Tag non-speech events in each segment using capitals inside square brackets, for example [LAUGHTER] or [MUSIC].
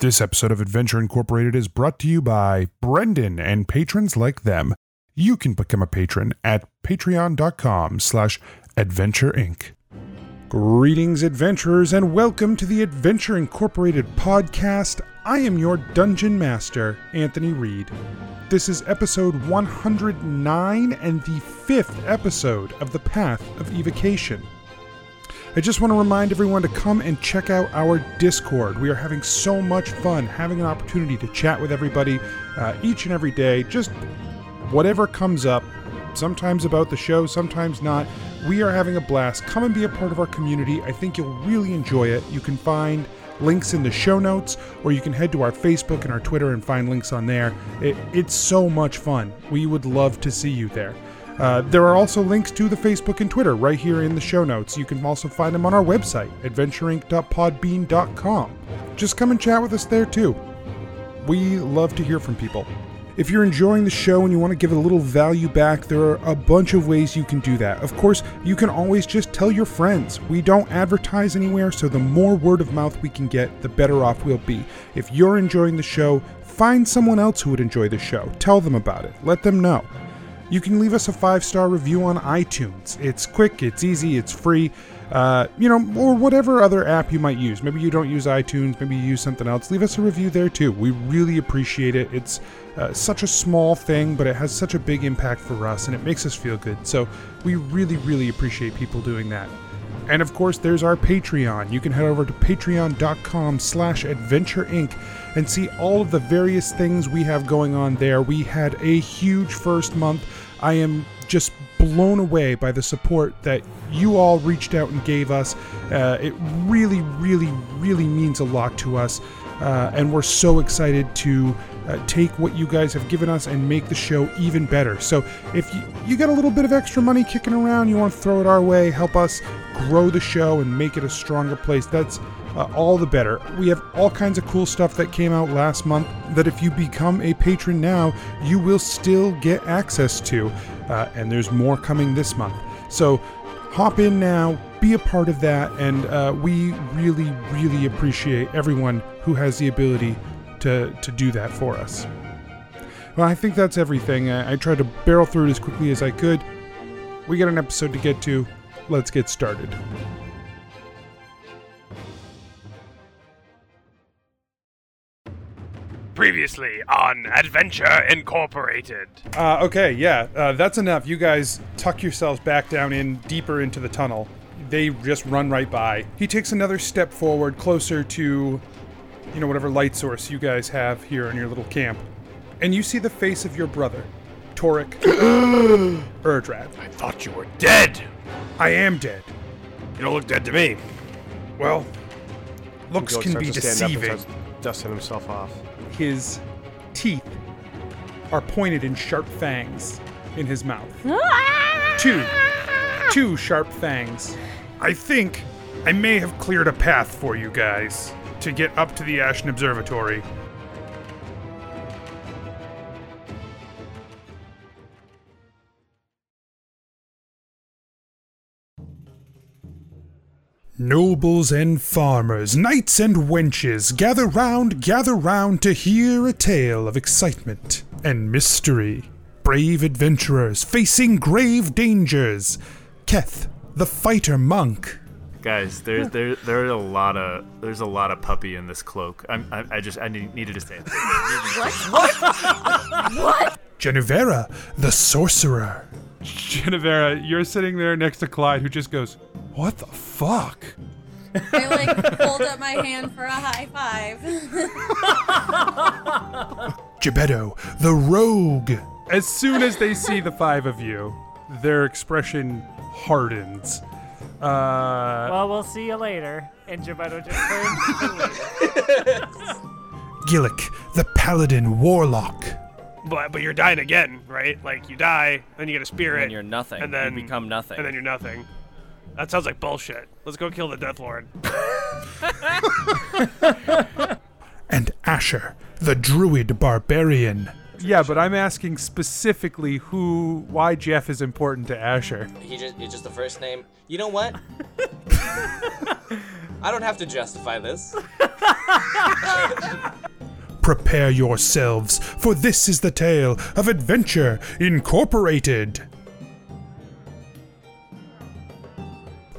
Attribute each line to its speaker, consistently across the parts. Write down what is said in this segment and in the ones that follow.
Speaker 1: This episode of Adventure Incorporated is brought to you by Brendan and patrons like them. You can become a patron at patreon.com slash adventure inc. Greetings, adventurers, and welcome to the Adventure Incorporated podcast. I am your dungeon master, Anthony Reed. This is episode 109 and the fifth episode of The Path of Evocation. I just want to remind everyone to come and check out our Discord. We are having so much fun, having an opportunity to chat with everybody uh, each and every day. Just whatever comes up, sometimes about the show, sometimes not. We are having a blast. Come and be a part of our community. I think you'll really enjoy it. You can find links in the show notes, or you can head to our Facebook and our Twitter and find links on there. It, it's so much fun. We would love to see you there. Uh, there are also links to the Facebook and Twitter right here in the show notes. You can also find them on our website, adventureinc.podbean.com. Just come and chat with us there too. We love to hear from people. If you're enjoying the show and you want to give a little value back, there are a bunch of ways you can do that. Of course, you can always just tell your friends. We don't advertise anywhere, so the more word of mouth we can get, the better off we'll be. If you're enjoying the show, find someone else who would enjoy the show. Tell them about it. Let them know. You can leave us a five star review on iTunes. It's quick, it's easy, it's free. Uh, you know, or whatever other app you might use. Maybe you don't use iTunes, maybe you use something else. Leave us a review there too. We really appreciate it. It's uh, such a small thing, but it has such a big impact for us and it makes us feel good. So we really, really appreciate people doing that. And of course, there's our Patreon. You can head over to patreon.com slash adventure inc and see all of the various things we have going on there. We had a huge first month. I am just blown away by the support that you all reached out and gave us. Uh, it really, really, really means a lot to us. Uh, and we're so excited to uh, take what you guys have given us and make the show even better. So if you, you got a little bit of extra money kicking around, you want to throw it our way, help us grow the show and make it a stronger place. That's uh, all the better. We have all kinds of cool stuff that came out last month that if you become a patron now, you will still get access to. Uh, and there's more coming this month. So hop in now, be a part of that, and uh, we really, really appreciate everyone who has the ability to, to do that for us. Well, I think that's everything. I, I tried to barrel through it as quickly as I could. We got an episode to get to. Let's get started.
Speaker 2: Previously on Adventure Incorporated.
Speaker 1: Uh, okay, yeah, uh, that's enough. You guys tuck yourselves back down in deeper into the tunnel. They just run right by. He takes another step forward, closer to, you know, whatever light source you guys have here in your little camp, and you see the face of your brother,
Speaker 3: [GASPS]
Speaker 1: Toric Erdrad.
Speaker 2: I thought you were dead.
Speaker 1: I am dead.
Speaker 2: You don't look dead to me.
Speaker 1: Well, looks
Speaker 3: Felix
Speaker 1: can be
Speaker 3: starts to stand up and
Speaker 1: deceiving.
Speaker 3: starts Dusting himself off.
Speaker 1: His teeth are pointed in sharp fangs in his mouth. two two sharp fangs i think i may have cleared a path for you guys to get up to the ashen observatory Nobles and farmers, knights and wenches, gather round, gather round to hear a tale of excitement and mystery. Brave adventurers facing grave dangers. Keth, the fighter monk.
Speaker 4: Guys, there, there, there are a lot of there's a lot of puppy in this cloak. I'm, I, I just I need, needed to say that.
Speaker 1: Genevera, the sorcerer.
Speaker 5: Genevera, you're sitting there next to Clyde, who just goes,
Speaker 1: What the fuck?
Speaker 6: I like hold up my hand for a high five.
Speaker 1: Gebetto, the rogue.
Speaker 5: as soon as they see the five of you, their expression hardens. Uh,
Speaker 7: Well, we'll see you later. And Gebetto just
Speaker 1: [LAUGHS]
Speaker 7: turns. and leaves.
Speaker 1: Gillick, the paladin warlock.
Speaker 2: But, but you're dying again, right? Like you die, then you get a spirit,
Speaker 8: And you're nothing.
Speaker 2: and then
Speaker 8: you become nothing.
Speaker 2: and then you're nothing. That sounds like bullshit. Let's go kill the Death Lord.
Speaker 1: And Asher, the druid barbarian.
Speaker 5: yeah, but I'm asking specifically who, why Jeff is important to Asher.
Speaker 9: He just it's just the first name. You know what? I don't have to justify this.
Speaker 1: prepare yourselves, for this is the tale of Adventure Incorporated.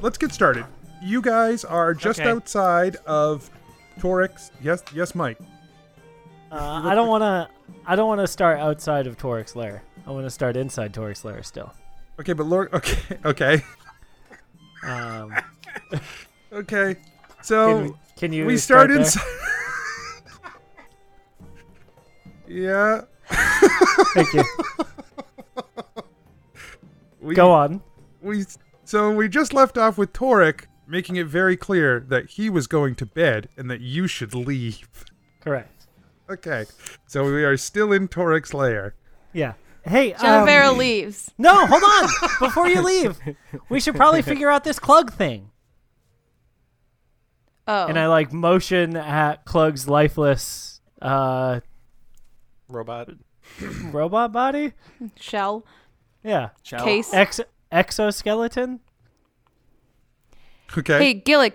Speaker 1: Let's get started. You guys are just
Speaker 7: Okay.
Speaker 1: outside of Torix. Yes, yes, Mike.
Speaker 3: Uh, I don't want to. I don't want to start outside of Torix Lair. I want to start inside Torix Lair still.
Speaker 1: Okay, but Lord. [LAUGHS] Okay, okay, [LAUGHS]
Speaker 3: Um,
Speaker 1: okay.
Speaker 3: can,
Speaker 1: So
Speaker 3: can you?
Speaker 1: Oh, we start
Speaker 3: there?
Speaker 1: inside. [LAUGHS] yeah.
Speaker 3: Thank you.
Speaker 1: [LAUGHS] We,
Speaker 3: Go on.
Speaker 1: we so we just left off with Torek making it very clear that he was going to bed and that you should leave. [LAUGHS]
Speaker 3: Correct.
Speaker 1: Okay, so we are still in Torek's lair.
Speaker 3: Yeah. Hey, um,
Speaker 6: Jennifer leaves.
Speaker 3: no, hold on. Before you leave, we
Speaker 1: [LAUGHS]
Speaker 3: should probably figure out this Clug thing.
Speaker 6: Oh,
Speaker 3: And I like motion at Clug's lifeless uh,
Speaker 8: Robot.
Speaker 3: robot body.
Speaker 6: shell
Speaker 3: Yeah.
Speaker 8: Chow.
Speaker 6: case.
Speaker 3: Ex- exoskeleton.
Speaker 1: Okay,
Speaker 6: Hey, Gillick,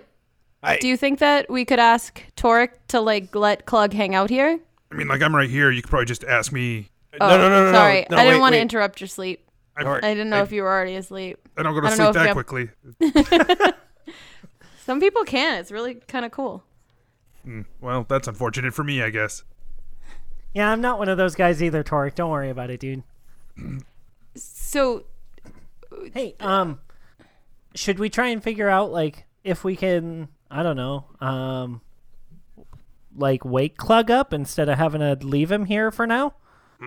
Speaker 2: I-
Speaker 6: do you think that we could ask Torek to like let Clug hang out here?
Speaker 1: I mean, like I'm right here. You could probably just ask me.
Speaker 8: No,
Speaker 6: Oh,
Speaker 8: no, no, no, no.
Speaker 6: Sorry,
Speaker 8: No,
Speaker 6: I didn't
Speaker 8: wait,
Speaker 6: want to
Speaker 8: wait.
Speaker 6: interrupt your sleep.
Speaker 1: I,
Speaker 6: I didn't know if you were already asleep.
Speaker 1: I don't go
Speaker 6: I
Speaker 1: to
Speaker 6: don't know
Speaker 1: sleep
Speaker 6: if
Speaker 1: that
Speaker 6: you-
Speaker 1: quickly.
Speaker 6: Some people can. It's really kind of cool.
Speaker 1: Well, that's unfortunate for me, I guess.
Speaker 3: Yeah, I'm not one of those guys either, Torek. Don't worry about it, dude.
Speaker 6: So
Speaker 3: Hey, um, should we try and figure out like if we can? I don't know. Um, like wake Clug up instead of having to leave him here for now.
Speaker 8: [LAUGHS]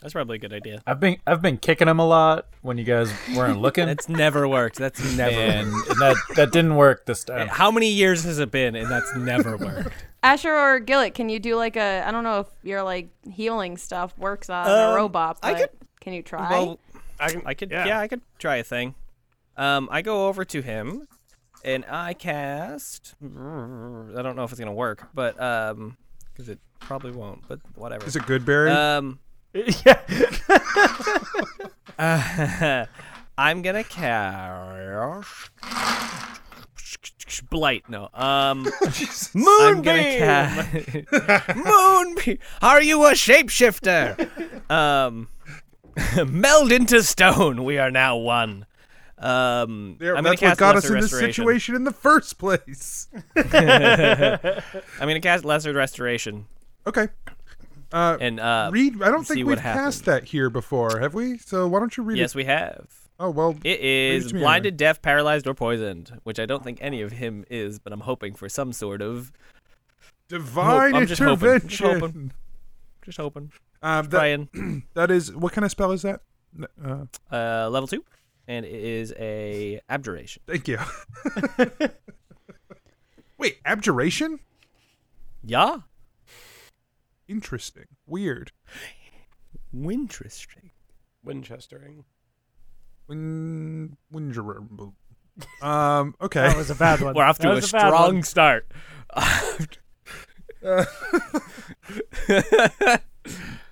Speaker 8: That's probably a good idea.
Speaker 10: I've been I've been kicking him a lot when you guys weren't looking,
Speaker 8: [LAUGHS] That's never worked. That's never.
Speaker 10: and,
Speaker 8: worked.
Speaker 10: and that that didn't work
Speaker 8: [LAUGHS]
Speaker 10: this time.
Speaker 8: How many years has it been? And that's never worked.
Speaker 6: Asher or Gillick, can you do like a? I don't know if your like healing stuff works on a
Speaker 8: Um,
Speaker 6: robot,
Speaker 8: I
Speaker 6: but
Speaker 8: could-
Speaker 6: can you try?
Speaker 8: [LAUGHS] Well, I, I could.
Speaker 2: yeah.
Speaker 8: Yeah. I could try a thing. Um, I go over to him, and I cast. I don't know if it's gonna work, but um, because it probably won't. But whatever.
Speaker 1: Is it good, Barry?
Speaker 8: Um,
Speaker 3: yeah.
Speaker 8: I'm gonna cast blight.
Speaker 1: [LAUGHS]
Speaker 8: No. Um, I'm gonna cast [LAUGHS] moonbeam. Are you a shapeshifter? um, [LAUGHS] meld into stone. We are now one. Um,
Speaker 1: There-
Speaker 8: I'm gonna
Speaker 1: that's what
Speaker 8: cast
Speaker 1: got us
Speaker 8: Lesser
Speaker 1: in this
Speaker 8: Restoration.
Speaker 1: situation in the first place. [LAUGHS]
Speaker 8: [LAUGHS] I'm gonna cast lesser restoration
Speaker 1: Okay. Uh,
Speaker 8: and uh,
Speaker 1: read. I don't
Speaker 8: see
Speaker 1: think
Speaker 8: what
Speaker 1: we've
Speaker 8: happens.
Speaker 1: cast that here before, have we? So why don't you read
Speaker 8: Yes,
Speaker 1: it?
Speaker 8: we have.
Speaker 1: Oh well. it
Speaker 8: It is
Speaker 1: to me,
Speaker 8: blinded, deaf, paralyzed, or poisoned, which I don't think any of him is, but I'm hoping for some sort of
Speaker 1: Divine
Speaker 8: I'm just hoping.
Speaker 1: intervention.
Speaker 8: Just hoping. just hoping.
Speaker 1: Um, that,
Speaker 8: Brian,
Speaker 1: that is what kind of spell is that? N- Uh,
Speaker 8: uh, level two, and it is a abjuration.
Speaker 1: thank
Speaker 3: [LAUGHS]
Speaker 1: you. Wait, abjuration?
Speaker 8: Yeah,
Speaker 1: Interesting. Weird.
Speaker 8: interesting.
Speaker 1: Winchestering. Win Wingerer. Um. Okay.
Speaker 3: That was a bad one.
Speaker 8: [LAUGHS] We're off to
Speaker 3: That
Speaker 8: a
Speaker 3: was bad
Speaker 8: strong
Speaker 3: one.
Speaker 8: start.
Speaker 3: uh,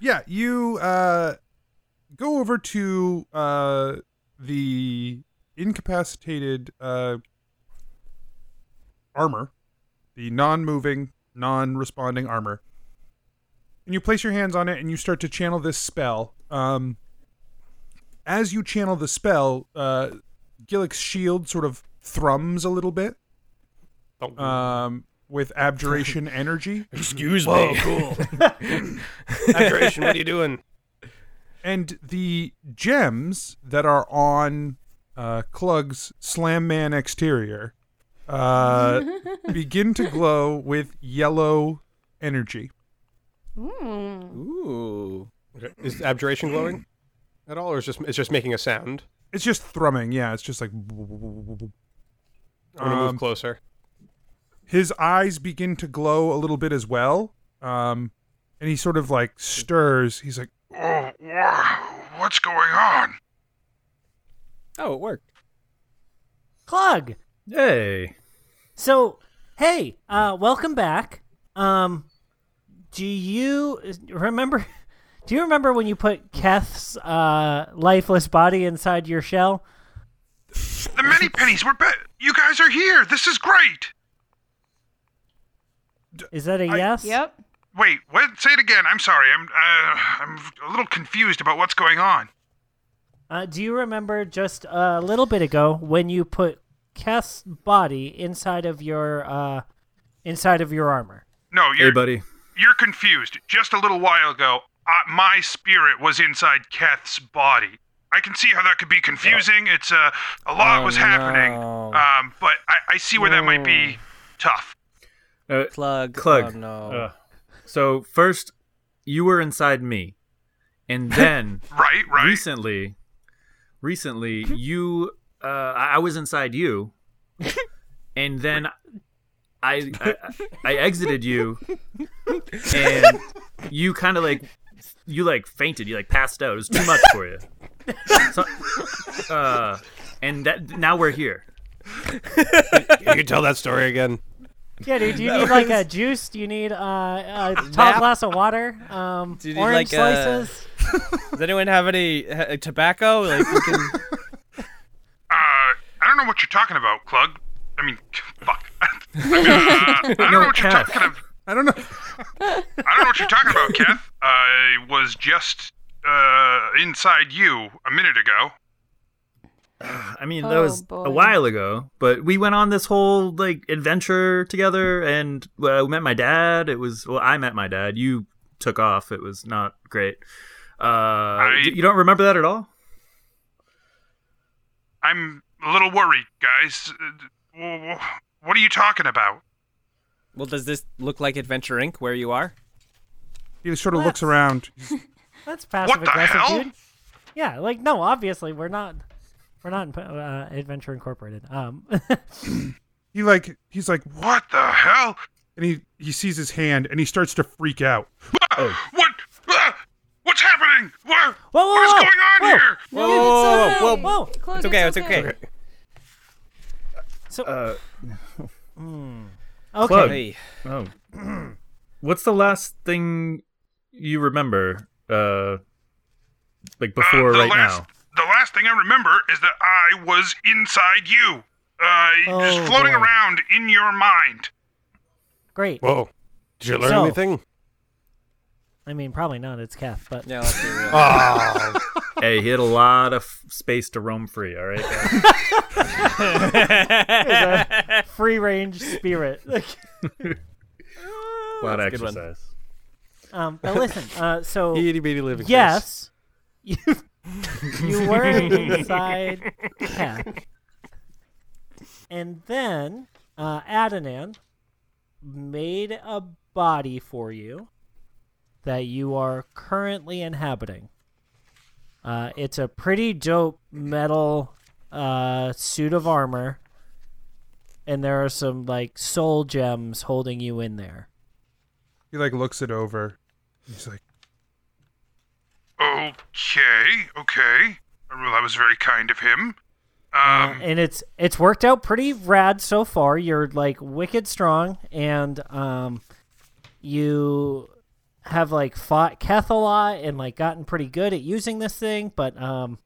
Speaker 1: yeah, you uh, go over to uh, the incapacitated uh, armor, the non moving, non responding armor, and you place your hands on it and you start to channel this spell. Um, as you channel the spell, uh, Gillick's shield sort of thrums a little bit um, with abjuration energy.
Speaker 8: Excuse
Speaker 2: Whoa, cool. Abjuration, what are you doing?
Speaker 1: And the gems that are on uh, Klug's Slam Man exterior uh, begin to glow with yellow energy.
Speaker 8: [LAUGHS] Ooh.
Speaker 11: Okay. Is abjuration glowing at all, or is just it's just making a sound?
Speaker 1: It's just thrumming, yeah. It's just like
Speaker 11: I'm gonna
Speaker 1: Um,
Speaker 11: move closer.
Speaker 1: his eyes begin to glow a little bit as well. Um, and he sort of like stirs. He's like, "Oh, wow, what's going on?"
Speaker 8: Oh, it worked.
Speaker 3: Clug.
Speaker 10: Yay!
Speaker 3: So, hey, uh, welcome back. Um, do you remember? [LAUGHS] Do you remember when you put Keth's uh, lifeless body inside your shell?
Speaker 1: The many pennies were bet. You guys are here. This is great.
Speaker 3: Is that a
Speaker 12: I-
Speaker 3: yes?
Speaker 12: Wait, what? Say it again. I'm sorry. I'm uh, I'm a little confused about what's going on.
Speaker 3: Uh, do you remember just a little bit ago when you put Keth's body inside of your uh, inside of your armor?
Speaker 12: No, you're
Speaker 10: Hey, buddy.
Speaker 12: you're confused. Just a little while ago, uh, my spirit was inside Keth's body. I can see how that could be confusing. It's uh, a lot
Speaker 10: Oh,
Speaker 12: was happening,
Speaker 10: no.
Speaker 12: um, but I, I see where that might be tough.
Speaker 4: Uh,
Speaker 8: Clug.
Speaker 4: Clug.
Speaker 8: Oh, no.
Speaker 4: Ugh. so first, you were inside me,
Speaker 12: [LAUGHS]
Speaker 4: and then
Speaker 12: right, right.
Speaker 4: Recently,
Speaker 12: [LAUGHS]
Speaker 4: recently, you, uh, I I was inside you, and then I, I, I
Speaker 12: [LAUGHS]
Speaker 4: exited you, and you kind of like, you like fainted. You like passed out. It was too much for you. So, uh, and that now we're here.
Speaker 11: You can tell that story again.
Speaker 3: Yeah, dude. Do you
Speaker 8: [LAUGHS] That
Speaker 3: need like
Speaker 8: was-
Speaker 3: a juice? Do you need uh, a
Speaker 8: [LAUGHS] Map?
Speaker 3: tall glass of water? Um,
Speaker 8: Do you need,
Speaker 3: orange
Speaker 8: like, uh,
Speaker 3: slices?
Speaker 8: Does anyone have any uh, tobacco? Like we can. [LAUGHS]
Speaker 12: Uh, I don't know what you're talking about, Clug. I mean, [LAUGHS] fuck. I, mean, uh, I
Speaker 10: [LAUGHS]
Speaker 12: don't know what you're talking about.
Speaker 1: I don't know.
Speaker 12: [LAUGHS] I don't know what you're talking about, Keth. I was just uh, inside you a minute ago.
Speaker 4: I mean, that
Speaker 12: Oh,
Speaker 4: was
Speaker 12: boy.
Speaker 4: a while ago, but we went on this whole like adventure together, and well, we met my dad. It was well, I met my dad. You took off. It was not great. Uh, d- you don't remember that at all?
Speaker 12: I'm a little worried, guys. Uh, w- w- What are you talking about?
Speaker 8: Well, does this look like Adventure Inc. where you are?
Speaker 1: He just sort of looks around.
Speaker 3: That's passive
Speaker 8: the
Speaker 3: aggressive,
Speaker 8: hell?
Speaker 3: dude. Yeah, like no, obviously we're not, we're not uh, Adventure Incorporated. Um, [LAUGHS]
Speaker 1: He like he's like,
Speaker 12: what the hell?
Speaker 1: And he he sees his hand and he starts to freak out.
Speaker 4: Oh.
Speaker 12: What? Ah! What's happening? Wha-
Speaker 3: Whoa,
Speaker 12: what is
Speaker 1: whoa,
Speaker 12: going on
Speaker 1: whoa.
Speaker 12: here?
Speaker 8: Whoa, whoa, whoa, whoa, whoa.
Speaker 6: Chloe,
Speaker 8: Oh, It's okay, it's
Speaker 6: it's
Speaker 8: okay.
Speaker 6: okay.
Speaker 3: So,
Speaker 4: uh,
Speaker 8: [LAUGHS] Okay.
Speaker 4: Club. Oh. [CLEARS THROAT] What's the last thing you remember? Uh, like before
Speaker 12: Uh, the
Speaker 4: right
Speaker 12: last-
Speaker 4: now.
Speaker 12: The last thing I remember is that I was inside you, uh,
Speaker 3: Oh,
Speaker 12: just floating
Speaker 3: boy.
Speaker 12: around in your mind.
Speaker 3: great.
Speaker 11: Whoa. Did you learn
Speaker 3: So-
Speaker 11: anything?
Speaker 3: I mean, probably not. It's Keth, but
Speaker 8: yeah,
Speaker 4: hey, he had a lot of f- space to roam free.
Speaker 8: [LAUGHS]
Speaker 4: All right.
Speaker 3: a free range spirit.
Speaker 4: a lot of
Speaker 8: That's a good one.
Speaker 4: exercise.
Speaker 3: um, but listen, uh, so
Speaker 11: Itty bitty living
Speaker 3: yes, you you [LAUGHS] were inside Keth, and then uh, Adonan made a body for you that you are currently inhabiting. Uh, it's a pretty dope metal uh, suit of armor, and there are some like soul gems holding you in there.
Speaker 1: He like looks it over. He's like,
Speaker 12: Okay, okay. Well, that was very kind of him.
Speaker 1: Uh,
Speaker 12: Um,
Speaker 3: and it's it's worked out pretty rad so far. You're like wicked strong, and um, you have like fought Keth a lot and like gotten pretty good at using this thing. But um,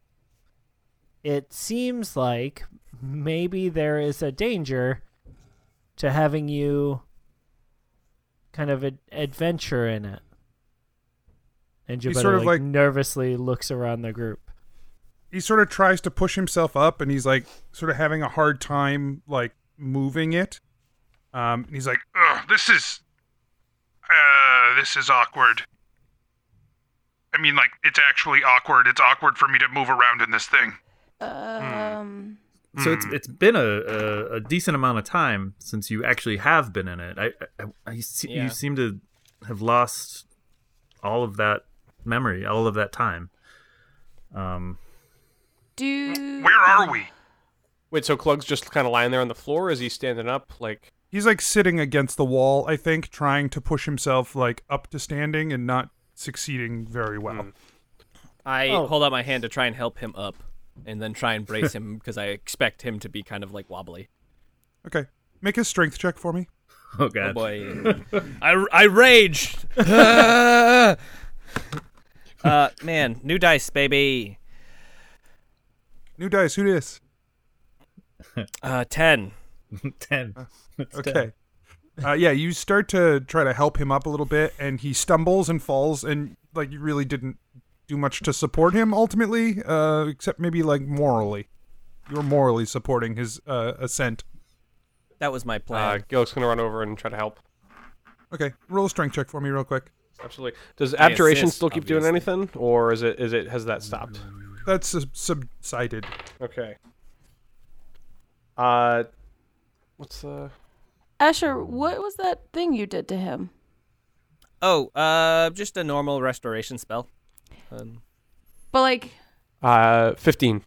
Speaker 3: it seems like maybe there is a danger to having you kind of ad- adventure in it. And
Speaker 1: He's
Speaker 3: Jabetta,
Speaker 1: sort of
Speaker 3: like
Speaker 1: like-
Speaker 3: nervously looks around the group.
Speaker 1: he sort of tries to push himself up and he's like sort of having a hard time like moving it um and he's like
Speaker 12: Ugh, this is. Uh, this is awkward. I mean, like, it's actually awkward. It's awkward for me to move around in this thing.
Speaker 6: Um.
Speaker 4: So
Speaker 8: Hmm.
Speaker 4: it's it's been a, a, a decent amount of time since you actually have been in it. I, I, I- you se-
Speaker 8: Yeah.
Speaker 4: you seem to have lost all of that memory, all of that time. Um, [LAUGHS]
Speaker 6: Do
Speaker 12: Where are we?
Speaker 11: Wait, so Clug's just kind of lying there on the floor? Is he standing up? Like,
Speaker 1: he's like sitting against the wall i think trying to push himself like up to standing and not succeeding very well
Speaker 8: I
Speaker 1: Oh.
Speaker 8: hold out my hand to try and help him up, and then try and brace him because I expect him to be kind of like wobbly.
Speaker 1: okay make a strength check for me
Speaker 4: oh god
Speaker 8: boy. [LAUGHS] I, I rage. [LAUGHS] uh, man, new dice, baby.
Speaker 1: new dice who this
Speaker 8: Uh, ten.
Speaker 4: ten.
Speaker 1: okay Uh, yeah, you start to try to help him up a little bit, and he stumbles and falls, and like you really didn't do much to support him ultimately, uh, except maybe like morally. You're morally supporting his uh, ascent.
Speaker 8: That was my
Speaker 11: Uh,
Speaker 8: plan.
Speaker 11: Gillick's gonna run over and try to help.
Speaker 1: Okay, roll a strength check for me real quick.
Speaker 11: Absolutely. Does
Speaker 1: Yeah,
Speaker 11: abjuration
Speaker 1: assist,
Speaker 11: still keep doing anything, or is it is it has that stopped?
Speaker 1: That's sub- subsided.
Speaker 11: Okay. Uh, what's uh, the?
Speaker 6: Asher, what was that thing you did to him?
Speaker 8: oh, uh, just a normal restoration spell. Um,
Speaker 6: But like,
Speaker 11: Uh, fifteen.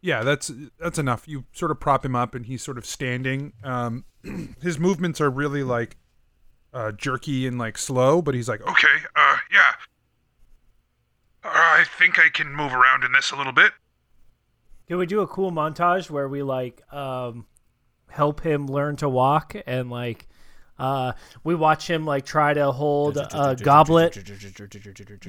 Speaker 1: Yeah, that's that's enough. You sort of prop him up, and he's sort of standing. Um, [CLEARS THROAT] his movements are really like uh, jerky and like slow, but he's like, okay,
Speaker 12: Okay, uh, yeah. Uh, I think I can move around in this a little bit.
Speaker 3: Can we do a cool montage where we like um help him learn to walk and like uh we watch him like try to hold a goblet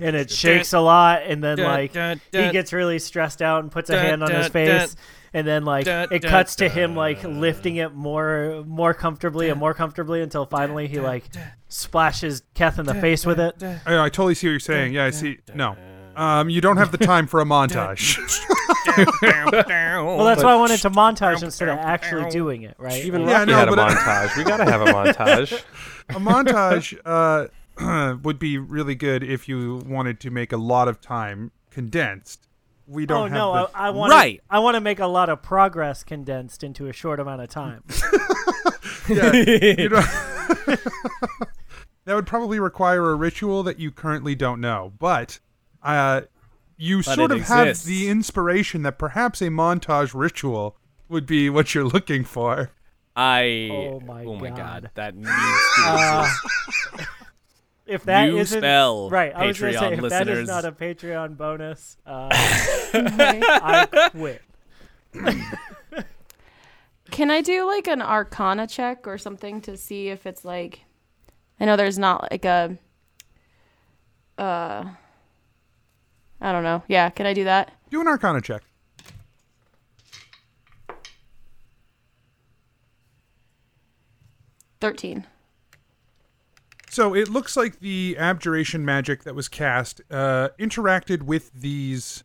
Speaker 3: and it shakes a lot and then like he gets really stressed out and puts a hand on his face and then like it cuts to him like lifting it more more comfortably and more comfortably until finally he like splashes Keth in the face with it.
Speaker 1: I, I totally see what you're saying. Yeah, I see. No, um, you don't have the time for a montage.
Speaker 3: [LAUGHS] Well, that's why I wanted to montage instead of actually doing it, right?
Speaker 11: Even
Speaker 1: Yeah,
Speaker 11: Rocky
Speaker 1: no,
Speaker 11: had a
Speaker 1: but-
Speaker 11: montage. we gotta have a montage.
Speaker 1: a montage uh, [CLEARS THROAT] would be really good if you wanted to make a lot of time condensed. We don't
Speaker 3: oh
Speaker 1: have
Speaker 3: no,
Speaker 1: the-
Speaker 3: I, I want I want to make a lot of progress condensed into a short amount of time.
Speaker 5: [LAUGHS]
Speaker 1: Yeah, you don't- [LAUGHS] that would probably require a ritual that you currently don't know, but uh, you
Speaker 5: But
Speaker 1: sort
Speaker 5: it
Speaker 1: of have
Speaker 5: exists.
Speaker 1: the inspiration that perhaps a montage ritual would be what you're looking for.
Speaker 8: I.
Speaker 3: Oh
Speaker 8: Oh
Speaker 3: my
Speaker 8: my, god.
Speaker 3: God.
Speaker 8: That needs to
Speaker 3: Uh,
Speaker 8: exist.
Speaker 3: if that
Speaker 8: New
Speaker 3: not
Speaker 8: spell,
Speaker 3: right, I was gonna say
Speaker 8: Patreon
Speaker 3: if that is
Speaker 8: listeners.
Speaker 3: not a Patreon bonus, uh, I quit.
Speaker 6: can I do like an arcana check or something to see if it's like, I know there's not like a, uh, I don't know. Yeah, can I do that?
Speaker 1: Do an arcana check.
Speaker 6: Thirteen.
Speaker 1: So it looks like the abjuration magic that was cast uh, interacted with these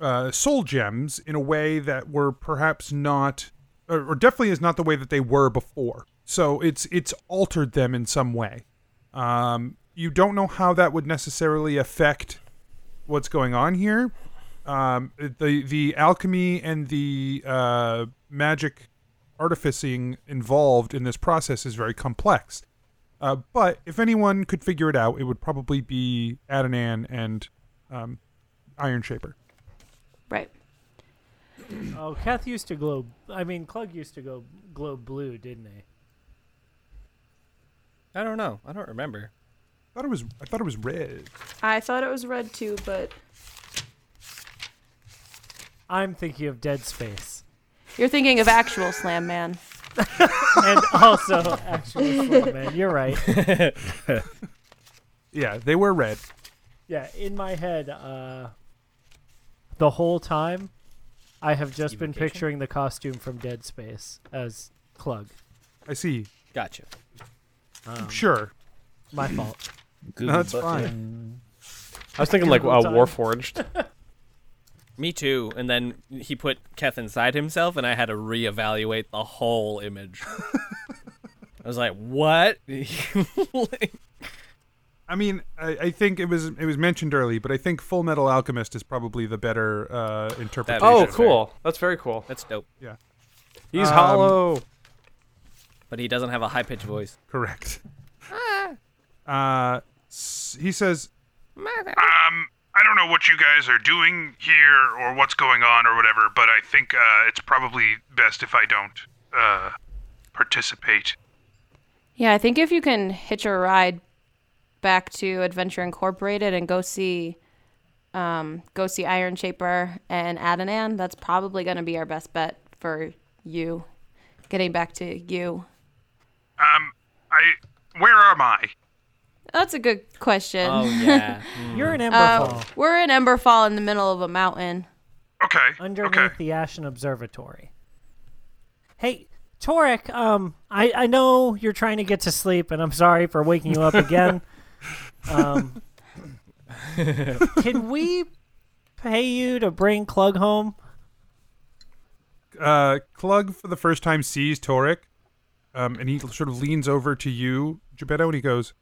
Speaker 1: uh, soul gems in a way that were perhaps not, or, or definitely is not the way that they were before. So it's it's altered them in some way. Um, you don't know how that would necessarily affect what's going on here. Um, the the alchemy and the uh, magic artificing involved in this process is very complex. Uh, but if anyone could figure it out, it would probably be Adanan and um, Iron Shaper.
Speaker 6: Right.
Speaker 3: Oh, Kath used to glow. I mean, Clug used to go glow blue, didn't he?
Speaker 8: [LAUGHS] I don't know. I don't remember.
Speaker 1: I thought it was. I thought it was red.
Speaker 6: I thought it was red too, but
Speaker 3: I'm thinking of Dead Space,
Speaker 6: you're thinking of actual Slam Man.
Speaker 3: and [LAUGHS] also actually, Slam man, you're right.
Speaker 1: yeah, they were red.
Speaker 3: Yeah, in my head, uh, the whole time, I have just been picturing the costume from Dead Space as Clug.
Speaker 1: I see.
Speaker 8: Gotcha.
Speaker 3: Um,
Speaker 1: Sure.
Speaker 3: My fault.
Speaker 1: No, that's fine.
Speaker 11: I was thinking like
Speaker 8: Google
Speaker 11: uh,
Speaker 8: time.
Speaker 11: Warforged.
Speaker 8: Me too. And then he put Keth inside himself, and I had to reevaluate the whole image. I was like, what? [LAUGHS]
Speaker 1: I mean, I, I think it was it was mentioned early, but I think Full Metal Alchemist is probably the better uh, interpretation.
Speaker 11: oh, cool. That's very cool.
Speaker 8: That's dope.
Speaker 1: Yeah.
Speaker 11: He's
Speaker 1: Um,
Speaker 11: hollow.
Speaker 8: but he doesn't have a high pitched voice.
Speaker 1: Correct. Uh, s- he says,
Speaker 12: Um, I don't know what you guys are doing here or what's going on or whatever, but I think uh, it's probably best if I don't uh, participate.
Speaker 6: Yeah, I think if you can hitch a ride back to Adventure Incorporated and go see um, go see Iron Shaper and Adanan, that's probably going to be our best bet for you getting back to you.
Speaker 12: Um, I. Where am I?
Speaker 6: That's a good question.
Speaker 12: Oh, yeah.
Speaker 8: [LAUGHS]
Speaker 12: Mm.
Speaker 3: You're in
Speaker 6: Uh,
Speaker 3: Emberfall.
Speaker 6: we're in Emberfall in the middle of a mountain.
Speaker 12: Okay.
Speaker 3: Underneath the Ashen Observatory. Hey, Torek, um, I, I know you're trying to get to sleep, and I'm sorry for waking you up again. um, can we pay you to bring Clug home?
Speaker 1: uh, Clug for the first time sees Torek, um, and he sort of leans over to you, Geppetto, and he goes,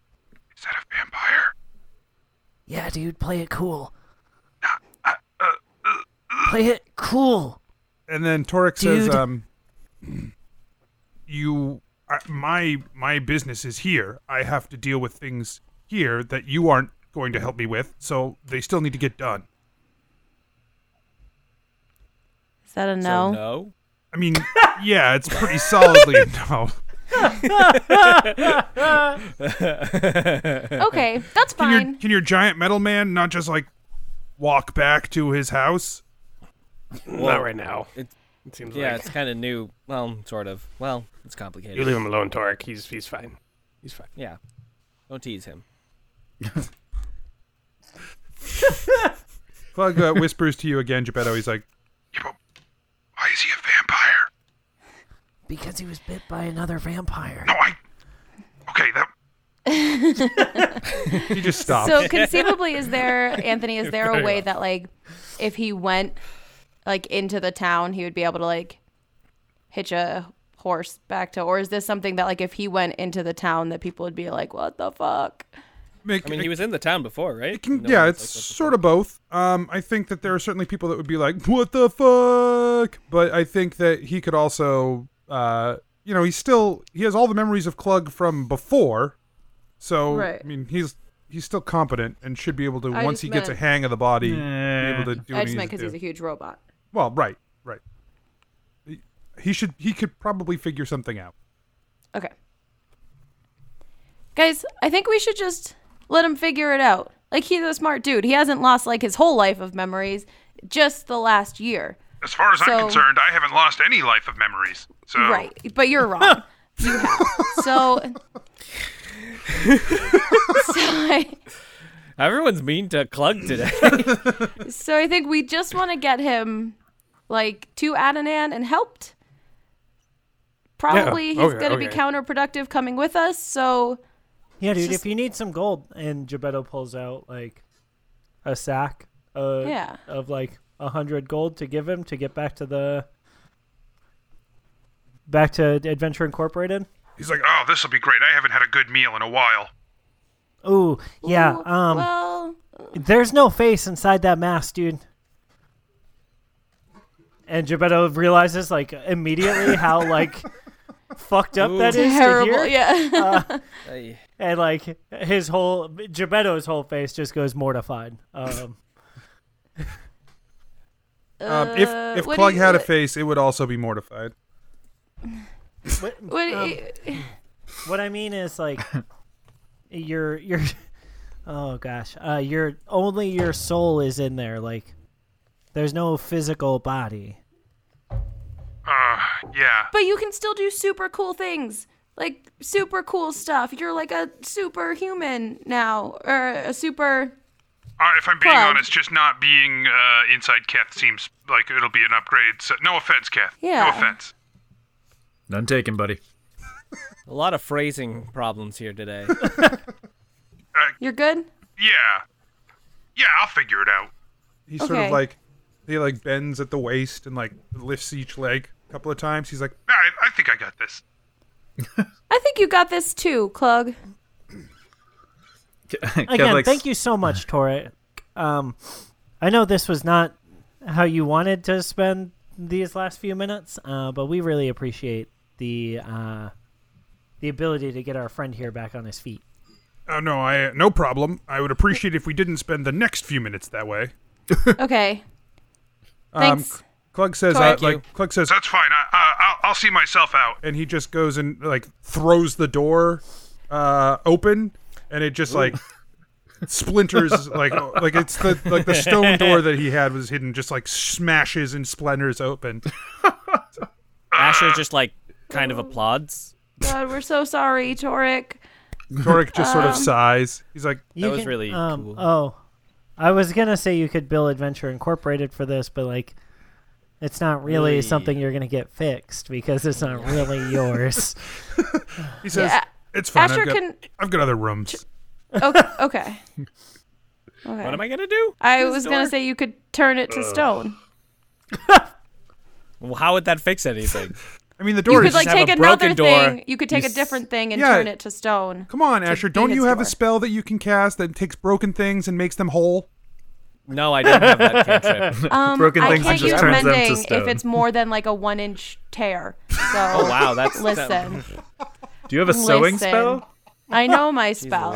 Speaker 3: Yeah, dude, play it cool. Play it cool.
Speaker 1: and then Torek says,
Speaker 3: Dude.
Speaker 1: um, "You, I, my my business is here. I have to deal with things here that you aren't going to help me with, so they still need to get done."
Speaker 6: Is that a no?
Speaker 1: Oh, no. I
Speaker 6: [LAUGHS]
Speaker 1: mean, yeah, it's pretty solidly [LAUGHS] a no.
Speaker 6: okay, that's
Speaker 1: Can your,
Speaker 6: fine.
Speaker 1: can your giant metal man not just like walk back to his house?
Speaker 8: Well,
Speaker 1: It,
Speaker 8: seems
Speaker 1: seems
Speaker 8: yeah,
Speaker 1: like-
Speaker 8: it's kind of new. Well, sort of. Well, it's complicated.
Speaker 2: You leave him alone, Torek. He's he's fine. He's fine.
Speaker 8: Yeah, don't tease him.
Speaker 1: Plug
Speaker 6: [LAUGHS]
Speaker 1: uh, whispers to you again, Geppetto. He's like,
Speaker 3: Because he was bit by another vampire.
Speaker 1: he
Speaker 6: [LAUGHS]
Speaker 1: just stops. [LAUGHS]
Speaker 6: So conceivably, is there Anthony? Is there a
Speaker 1: Very
Speaker 6: way
Speaker 1: well.
Speaker 6: that like, if he went like into the town, he would be able to like hitch a horse back to, or is this something that like if he went into the town, that people would be like, "What the fuck?"
Speaker 1: Make,
Speaker 8: I mean, he was in the town before, right? No
Speaker 1: yeah,
Speaker 8: one-
Speaker 1: it's sort of both. Um, I think that there are certainly people that would be like, "What the fuck?" But I think that he could also, uh, you know, he's still he has all the memories of Clug from before, so
Speaker 6: Right.
Speaker 1: I mean, he's he's still competent and should be able to
Speaker 6: I
Speaker 1: once
Speaker 6: just
Speaker 1: he gets a
Speaker 6: meant-
Speaker 1: hang of the body,
Speaker 6: Eh.
Speaker 1: be able to do.
Speaker 6: I
Speaker 1: what
Speaker 6: just
Speaker 1: he
Speaker 6: meant
Speaker 1: needs
Speaker 6: because
Speaker 1: to
Speaker 6: he's a
Speaker 1: do.
Speaker 6: huge robot.
Speaker 1: Well, right, right. He- He should he could probably figure something out.
Speaker 6: Okay, guys, I think we should just let him figure it out. Like he's a smart dude. He hasn't lost like his whole life of memories, just the last year.
Speaker 13: As far as
Speaker 6: So-
Speaker 13: I'm concerned, I haven't lost any life of memories. So
Speaker 6: Right, but you're wrong. you
Speaker 3: [LAUGHS]
Speaker 6: have. So, [LAUGHS] so, I,
Speaker 8: Everyone's mean to Clug today. [LAUGHS]
Speaker 6: so I think we just want to get him like to Adanan and helped. Probably he's
Speaker 3: okay,
Speaker 6: going to be
Speaker 3: okay.
Speaker 6: counterproductive coming with us. So
Speaker 3: Yeah, dude,
Speaker 6: just-
Speaker 3: if you need some gold, and Gebetto pulls out like a sack of
Speaker 6: Yeah.
Speaker 3: of like a hundred gold to give him to get back to the back to Adventure Incorporated.
Speaker 13: he's like, "Oh, this will be great. I haven't had a good meal in a while."
Speaker 3: Ooh, yeah.
Speaker 6: Ooh,
Speaker 3: um,
Speaker 6: well-
Speaker 3: there's no face inside that mask, dude. And Gebetto realizes like
Speaker 6: [LAUGHS]
Speaker 3: immediately how like fucked up
Speaker 8: Ooh.
Speaker 3: that is.
Speaker 8: Terrible,
Speaker 3: to hear.
Speaker 8: yeah.
Speaker 3: Uh,
Speaker 8: Ay.
Speaker 3: and like his whole Gebetto's whole face just goes mortified. Um,
Speaker 1: Um, if if
Speaker 6: Uh, what do
Speaker 1: Clug
Speaker 6: you-
Speaker 1: had a
Speaker 6: what-
Speaker 1: face, it would also be mortified.
Speaker 3: what,
Speaker 6: [LAUGHS] What-
Speaker 3: um, what I mean is like your your oh gosh, uh, your only your soul is in there. Like there's no physical body.
Speaker 13: Uh, yeah.
Speaker 6: but you can still do super cool things, like super cool stuff. You're like a superhuman now, or a super.
Speaker 13: Uh, if I'm being
Speaker 6: Club.
Speaker 13: honest, just not being uh, inside Keth seems like it'll be an upgrade. So, no offense, Keth.
Speaker 6: Yeah.
Speaker 13: No offense.
Speaker 4: None taken, buddy.
Speaker 8: a lot of phrasing problems
Speaker 1: [LAUGHS]
Speaker 8: here today.
Speaker 6: You're good.
Speaker 13: Yeah. Yeah, I'll figure it out.
Speaker 1: He's sort of
Speaker 13: Okay.
Speaker 1: like he like bends at the waist and like lifts each leg a couple of times. He's like,
Speaker 13: I, I think I got this.
Speaker 6: I think you got this too, Clug.
Speaker 4: [LAUGHS]
Speaker 3: Again, thank you so much, Torek. Um, I know this was not how you wanted to spend these last few minutes, uh, but we really appreciate the uh, the ability to get our friend here back on his feet.
Speaker 1: "Oh no, I no problem. I would appreciate if we didn't spend the next few minutes that way."
Speaker 6: okay. Thanks.
Speaker 1: Um, Clug says, uh,
Speaker 13: Thank you.
Speaker 1: like Clug says,
Speaker 13: "That's fine. I, I, I'll, I'll see myself out."
Speaker 1: and he just goes and like throws the door uh, open, and it just like
Speaker 6: [LAUGHS]
Speaker 1: splinters like oh, like it's the like the stone door that he had was hidden, just like smashes and splinters open.
Speaker 8: Asher just like kind of applauds.
Speaker 6: God, we're so sorry, Torek.
Speaker 1: Torek just sort of
Speaker 6: Um,
Speaker 1: sighs. He's like,
Speaker 3: You can- um, Oh, I was gonna say you could bill Adventure Incorporated for this, but like, It's not really
Speaker 1: Hey.
Speaker 3: something you're gonna get fixed because
Speaker 4: [LAUGHS]
Speaker 3: it's not really yours.
Speaker 1: He says,
Speaker 6: Yeah,
Speaker 1: "It's fine.
Speaker 6: Asher
Speaker 1: I've got,
Speaker 6: can-
Speaker 1: I've got other rooms."
Speaker 6: Okay. okay.
Speaker 1: [LAUGHS]
Speaker 6: Okay.
Speaker 8: What am I gonna do?
Speaker 6: I
Speaker 8: This
Speaker 6: was gonna
Speaker 8: door?
Speaker 6: say you could turn it to
Speaker 8: Ugh.
Speaker 6: stone.
Speaker 8: Well, how would that fix anything?
Speaker 1: I mean, the
Speaker 6: You
Speaker 1: door
Speaker 6: could
Speaker 1: is
Speaker 6: like
Speaker 1: just have
Speaker 6: take
Speaker 1: a
Speaker 6: another
Speaker 1: broken door.
Speaker 6: thing. You could take
Speaker 1: You
Speaker 6: a
Speaker 1: s-
Speaker 6: different thing and
Speaker 1: Yeah.
Speaker 6: turn it to stone.
Speaker 1: Come on,
Speaker 6: to
Speaker 1: Asher.
Speaker 6: be
Speaker 1: Don't
Speaker 6: his
Speaker 1: you have
Speaker 6: door.
Speaker 1: a spell that you can cast that takes broken things and makes them whole?
Speaker 8: No, I don't have that
Speaker 1: [LAUGHS]
Speaker 8: cantrip.
Speaker 6: Um, I can't use mending if it's more than like a one-inch
Speaker 1: [LAUGHS]
Speaker 6: tear. So
Speaker 8: Oh, wow, that's- that-
Speaker 6: listen.
Speaker 4: Do you have a sewing
Speaker 6: Listen.
Speaker 4: spell?
Speaker 6: I
Speaker 1: [LAUGHS]
Speaker 6: know my spell.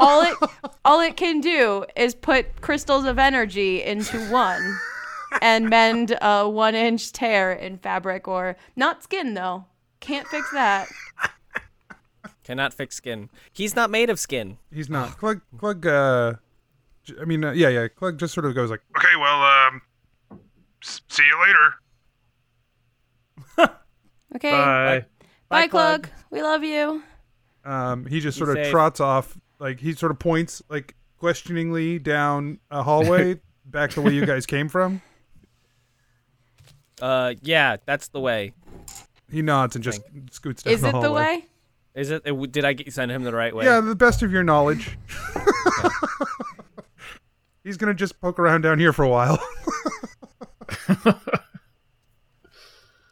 Speaker 6: all it all it can do is put crystals of energy into one and mend a one inch tear in fabric or not skin though. Can't fix that.
Speaker 8: Cannot fix skin. He's not made of skin.
Speaker 1: He's not. Clug, Clug, uh, j- I mean, uh, yeah, yeah. Clug just sort of goes like,
Speaker 2: Okay, well, um, s- see you later.
Speaker 6: Okay.
Speaker 4: Uh,
Speaker 1: Bye.
Speaker 6: Bye, Clug. We love
Speaker 1: [LAUGHS]
Speaker 6: you.
Speaker 1: um, he just
Speaker 6: Be
Speaker 1: sort of
Speaker 6: safe.
Speaker 1: trots off, like he sort of points, like questioningly down a
Speaker 6: [LAUGHS]
Speaker 1: hallway back the way you guys came from.
Speaker 8: Uh, yeah, that's the way.
Speaker 1: He nods and just scoots down
Speaker 6: Is it the way?
Speaker 8: Is it? it- Did I get, send him the right way?
Speaker 1: Yeah, the best of your knowledge. [LAUGHS] He's gonna just poke around down here for a while. [LAUGHS]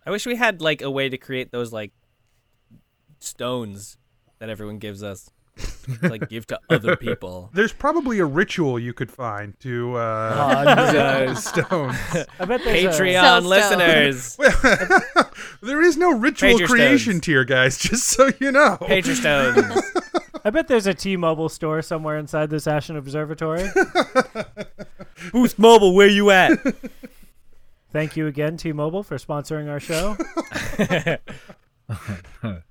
Speaker 8: I wish we had like a way to create those like stones that everyone gives us, to, like give to other people.
Speaker 1: There's probably a ritual you could find to
Speaker 6: [LAUGHS]
Speaker 8: Aw,
Speaker 1: uh,
Speaker 8: Jesus.
Speaker 1: stones.
Speaker 8: I bet there's a- [LAUGHS] Patreon listeners.
Speaker 1: Well, there is no ritual
Speaker 3: Pager
Speaker 1: creation tier, guys. [LAUGHS] Just so you know.
Speaker 8: Pagerstone.
Speaker 3: I bet there's a T-Mobile store somewhere inside this
Speaker 4: [LAUGHS]
Speaker 3: Ashen Observatory.
Speaker 8: Boost Mobile, where you at?
Speaker 3: Thank you again, T-Mobile, for sponsoring our show.
Speaker 1: Uh,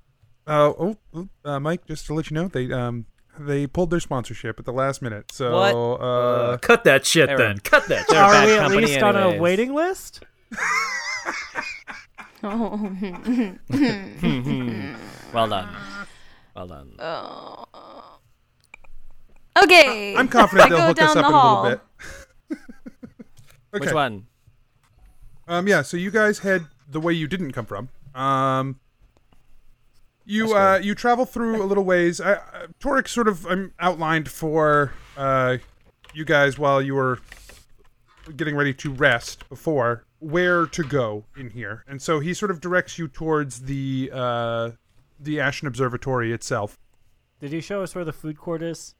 Speaker 1: oh, oh, uh, Mike, just to let you know, they um they pulled their sponsorship at the last minute. So
Speaker 4: What?
Speaker 1: Uh,
Speaker 4: Uh, cut that shit They're- then. Cut that they're shit. a bad
Speaker 3: Are we at
Speaker 4: company
Speaker 3: least on a
Speaker 4: anyways.
Speaker 3: waiting list?
Speaker 6: Oh.
Speaker 8: well done. Well done.
Speaker 6: Oh. [LAUGHS] Okay.
Speaker 1: I'm confident
Speaker 6: [LAUGHS] I
Speaker 1: they'll
Speaker 6: go
Speaker 1: hook us up
Speaker 6: down the
Speaker 1: in a little
Speaker 6: hall.
Speaker 1: bit. Okay.
Speaker 8: Which one?
Speaker 1: Um, yeah. So you guys head the way you didn't come from. Um, you uh, you travel through a little ways. I, I, Torek sort of um, outlined for uh, you guys while you were getting ready to rest before where to go in here, and so he sort of directs you towards the uh, the Ashen Observatory itself.
Speaker 3: Did you show us where the food court is?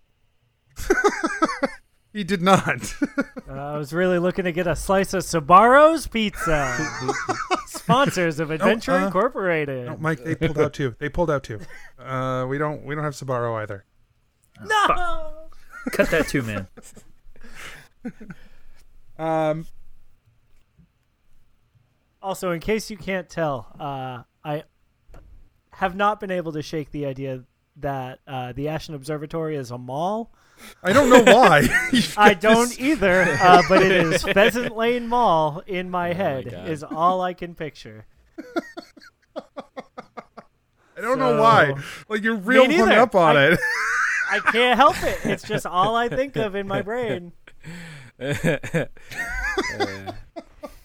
Speaker 1: He did not.
Speaker 3: Uh, I was really looking to get a slice of
Speaker 4: [LAUGHS]
Speaker 3: Sabaro's Pizza, sponsors of Adventure
Speaker 4: Uh-huh.
Speaker 1: uh,
Speaker 3: Incorporated.
Speaker 1: No, Mike, they pulled out too. They pulled out too. Uh, we don't we don't have Sabaro either.
Speaker 3: No.
Speaker 4: Cut that too,
Speaker 8: [LAUGHS]
Speaker 4: man.
Speaker 1: Um,
Speaker 3: Also, in case you can't tell, uh, I have not been able to shake the idea that uh, the Ashen Observatory is a mall.
Speaker 1: I don't know why. [LAUGHS] You've
Speaker 3: [LAUGHS] I
Speaker 1: got
Speaker 3: don't
Speaker 1: this-
Speaker 3: either, uh, but it is Pheasant Lane Mall in my head
Speaker 1: God.
Speaker 3: is all I can picture.
Speaker 1: I don't know why. Like you're real
Speaker 3: Me
Speaker 1: hung
Speaker 3: neither.
Speaker 1: up on
Speaker 3: I-
Speaker 1: it. [LAUGHS]
Speaker 3: I can't help it. It's just all I think of in my brain.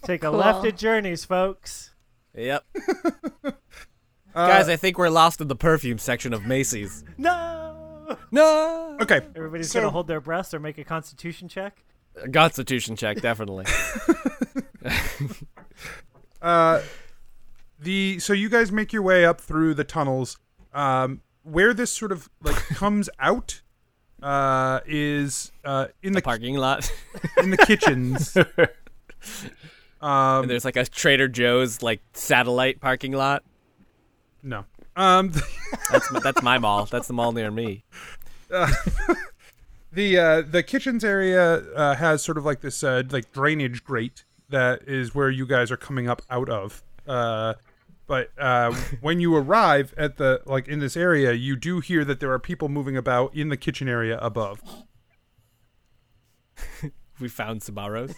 Speaker 3: Take a
Speaker 8: Cool.
Speaker 3: left at Journeys, folks.
Speaker 8: Yep. Guys, I think we're lost in the perfume section of Macy's.
Speaker 3: No.
Speaker 8: No.
Speaker 1: Okay.
Speaker 3: Everybody's
Speaker 8: So-
Speaker 3: gonna hold their breath or make a Constitution check.
Speaker 8: A Constitution check, definitely.
Speaker 1: Uh, the so you guys make your way up through the tunnels. Um, where this sort of [LAUGHS] like comes out uh, is uh, in the,
Speaker 8: parking lot,
Speaker 1: in the [LAUGHS] kitchens. Um,
Speaker 8: and there's like a Trader Joe's like satellite parking lot.
Speaker 1: No. Um,
Speaker 8: that's my, that's my mall. That's the mall near me.
Speaker 1: Uh, the uh, the kitchens area uh, has sort of like this uh, like drainage grate that is where you guys are coming up out of. Uh, but uh, when you arrive at the like in this area, you do hear that there are people moving about in the kitchen area above.
Speaker 8: We found Sabaros.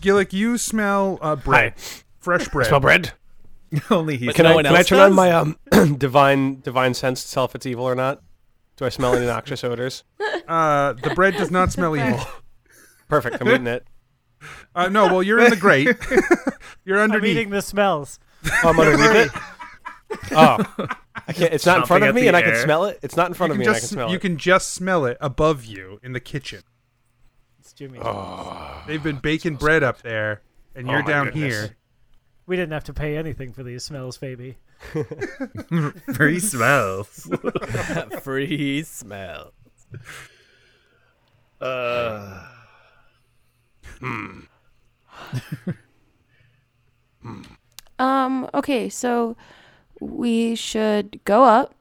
Speaker 1: Gillick, you smell uh, bread, fresh bread.
Speaker 11: Smell bread?
Speaker 4: Only he. [LAUGHS]
Speaker 11: can I, can I turn on my um, [CLEARS THROAT] divine divine sense to tell if it's evil or not? Do I smell any noxious odors?
Speaker 1: Uh, the bread does not smell evil.
Speaker 11: Perfect. I'm eating it.
Speaker 1: Uh, no, well, you're in the
Speaker 11: [LAUGHS]
Speaker 1: grate. [LAUGHS] you're
Speaker 3: I'm
Speaker 1: underneath.
Speaker 3: eating the smells.
Speaker 11: Oh, I'm underneath it. Oh, I can't. It's not in front
Speaker 1: Chomping
Speaker 11: of
Speaker 1: at
Speaker 11: me,
Speaker 1: the
Speaker 11: and I can
Speaker 1: air.
Speaker 11: smell it. It's not in front
Speaker 1: You
Speaker 11: of me, and I
Speaker 1: just-
Speaker 11: can smell
Speaker 1: You
Speaker 11: it.
Speaker 1: can just smell it above you in the kitchen.
Speaker 3: It's Jimmy.
Speaker 1: They've been baking bread up there, and
Speaker 3: Oh
Speaker 1: you're
Speaker 3: my
Speaker 1: down
Speaker 3: goodness.
Speaker 1: here.
Speaker 3: We didn't have to pay anything for these smells, baby.
Speaker 4: Free smells.
Speaker 8: Free smell.
Speaker 10: Uh. Hmm.
Speaker 6: Um, okay, so we should go up,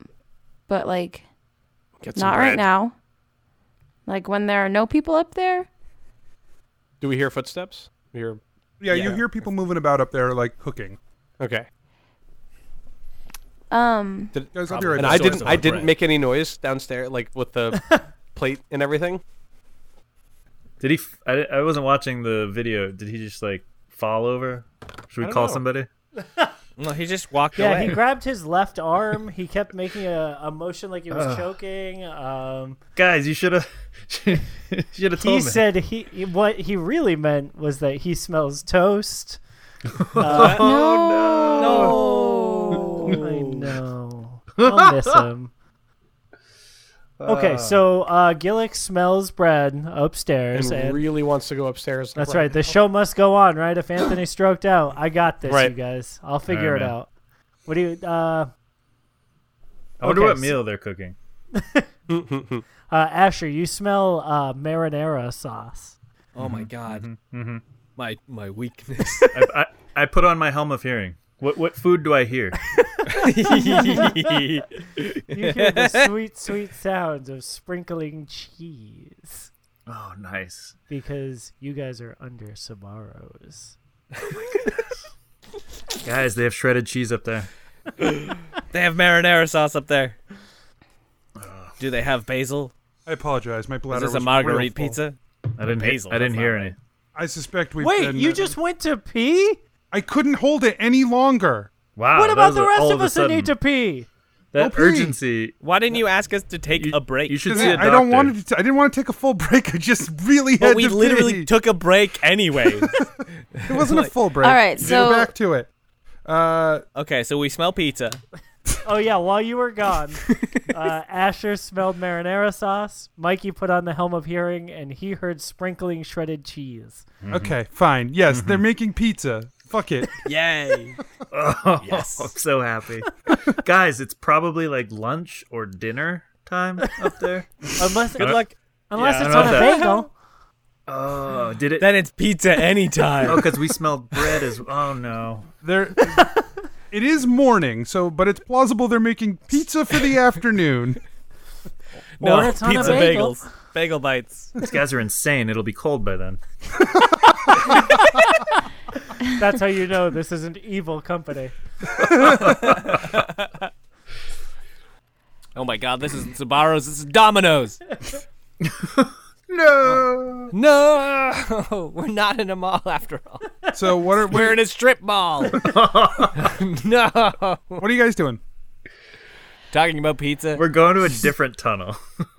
Speaker 6: but like
Speaker 11: Get some
Speaker 6: not right
Speaker 11: bread.
Speaker 6: now. Like when there are no people up there?
Speaker 11: Do we hear footsteps? We hear.
Speaker 1: Yeah, you hear people moving about up there, like cooking.
Speaker 11: Okay.
Speaker 6: Um
Speaker 11: Did,
Speaker 1: Guys, I'll be right
Speaker 11: and
Speaker 1: back.
Speaker 11: I
Speaker 1: So
Speaker 11: didn't.
Speaker 1: it's
Speaker 11: I
Speaker 1: not
Speaker 11: didn't
Speaker 1: bread.
Speaker 11: make any noise downstairs, like with the
Speaker 1: [LAUGHS]
Speaker 11: plate and everything.
Speaker 4: Did he? f- I, I wasn't watching the video. Did he just like fall over? Should
Speaker 8: I
Speaker 4: we
Speaker 8: don't
Speaker 4: call
Speaker 8: know.
Speaker 4: somebody?
Speaker 8: No, he just walked
Speaker 3: Yeah,
Speaker 8: away.
Speaker 3: he grabbed his left arm. He kept making a, a motion like he was
Speaker 4: Ugh.
Speaker 3: choking. Um,
Speaker 4: Guys, [LAUGHS] you should have. should have
Speaker 3: he
Speaker 4: told me.
Speaker 3: said he he- what he really meant was that he smells [LAUGHS] toast. Uh,
Speaker 7: Oh,
Speaker 3: no! [LAUGHS] I know. I'll miss [LAUGHS] him. Okay, so uh, Gillick smells bread upstairs,
Speaker 11: And
Speaker 3: and,
Speaker 11: really wants to go upstairs.
Speaker 3: that's right. The show must go on, right? If Anthony stroked out, I got this,
Speaker 11: Right.
Speaker 3: you guys. I'll figure
Speaker 4: Alright,
Speaker 3: it
Speaker 4: man.
Speaker 3: out. What do you? Uh,
Speaker 4: I wonder
Speaker 3: okay,
Speaker 4: what
Speaker 3: so-
Speaker 4: meal they're cooking.
Speaker 3: Uh, Asher, you smell uh, marinara sauce.
Speaker 8: Oh my god.
Speaker 4: mhm.
Speaker 8: My my weakness. [LAUGHS]
Speaker 4: I, I, I put on my helm of hearing. What what food do I hear?
Speaker 3: [LAUGHS] you hear the sweet, sweet sounds of sprinkling cheese
Speaker 4: oh, nice.
Speaker 3: because you guys are under Samaros.
Speaker 4: Guys, they have shredded cheese up there.
Speaker 8: They have marinara sauce up there. Do they have basil?
Speaker 1: I apologize. My bladder
Speaker 8: Is this a
Speaker 1: was real
Speaker 8: margarita
Speaker 1: full.
Speaker 8: pizza?
Speaker 4: I didn't.
Speaker 8: Basil,
Speaker 4: I didn't
Speaker 8: that's
Speaker 4: hear
Speaker 8: not
Speaker 4: any.
Speaker 1: I suspect we've.
Speaker 3: Wait,
Speaker 1: been,
Speaker 3: you
Speaker 1: uh,
Speaker 3: just went to pee?
Speaker 1: I couldn't hold it any longer.
Speaker 4: Wow.
Speaker 3: what
Speaker 4: Ah, that
Speaker 3: about
Speaker 4: was
Speaker 3: the
Speaker 4: a-
Speaker 3: rest
Speaker 4: all
Speaker 3: of us that
Speaker 4: sudden,
Speaker 3: need to pee?
Speaker 4: That
Speaker 1: pee.
Speaker 4: urgency.
Speaker 8: Why didn't you ask us to take a break?
Speaker 4: You should
Speaker 1: I
Speaker 4: see a doctor.
Speaker 1: don't want to. I didn't want to take a full break. I just really
Speaker 8: But
Speaker 1: had
Speaker 8: we
Speaker 1: to
Speaker 8: literally
Speaker 1: pee.
Speaker 8: took
Speaker 4: [LAUGHS]
Speaker 8: a break anyway.
Speaker 1: It wasn't a full break.
Speaker 6: All right, so-
Speaker 1: Go back to it. Uh,
Speaker 8: okay, so we
Speaker 4: [LAUGHS]
Speaker 8: smell pizza.
Speaker 3: Oh yeah, while you were gone, uh, Asher smelled marinara sauce. Mikey put on the helm of hearing, and he heard sprinkling shredded cheese.
Speaker 1: Okay, fine. Yes, they're making pizza. Fuck it.
Speaker 8: Yay!
Speaker 4: Oh,
Speaker 8: Yes.
Speaker 4: I'm so
Speaker 3: [LAUGHS]
Speaker 4: happy. Guys, it's probably like lunch or dinner
Speaker 3: [LAUGHS]
Speaker 4: time up there.
Speaker 3: Unless
Speaker 4: I
Speaker 8: Good
Speaker 4: don't-
Speaker 8: luck.
Speaker 3: unless
Speaker 4: I
Speaker 3: it's
Speaker 4: don't
Speaker 3: on a
Speaker 4: know that-
Speaker 3: bagel.
Speaker 4: [LAUGHS] Oh, did it?
Speaker 8: Then it's pizza
Speaker 4: [LAUGHS] oh, [LAUGHS]
Speaker 8: anytime.
Speaker 4: because we smelled bread as. Oh no.
Speaker 1: They're. it is morning, so but it's plausible they're making pizza for the
Speaker 6: [LAUGHS]
Speaker 1: afternoon.
Speaker 8: no,
Speaker 3: Or it's on a
Speaker 8: pizza
Speaker 3: bagel.
Speaker 8: bagels. Bagel bites.
Speaker 4: These guys are insane. It'll be cold by then.
Speaker 3: That's how you know this is an evil company.
Speaker 8: [LAUGHS] Oh my god, this isn't Sabaros, this is [LAUGHS] Domino's.
Speaker 1: No.
Speaker 8: No, [LAUGHS] we're not in a mall after all.
Speaker 1: So what are
Speaker 8: [LAUGHS] We're
Speaker 1: what,
Speaker 8: in a strip mall. [LAUGHS] no.
Speaker 1: what are you guys doing?
Speaker 8: Talking about pizza.
Speaker 4: We're going to a different tunnel.
Speaker 6: [LAUGHS]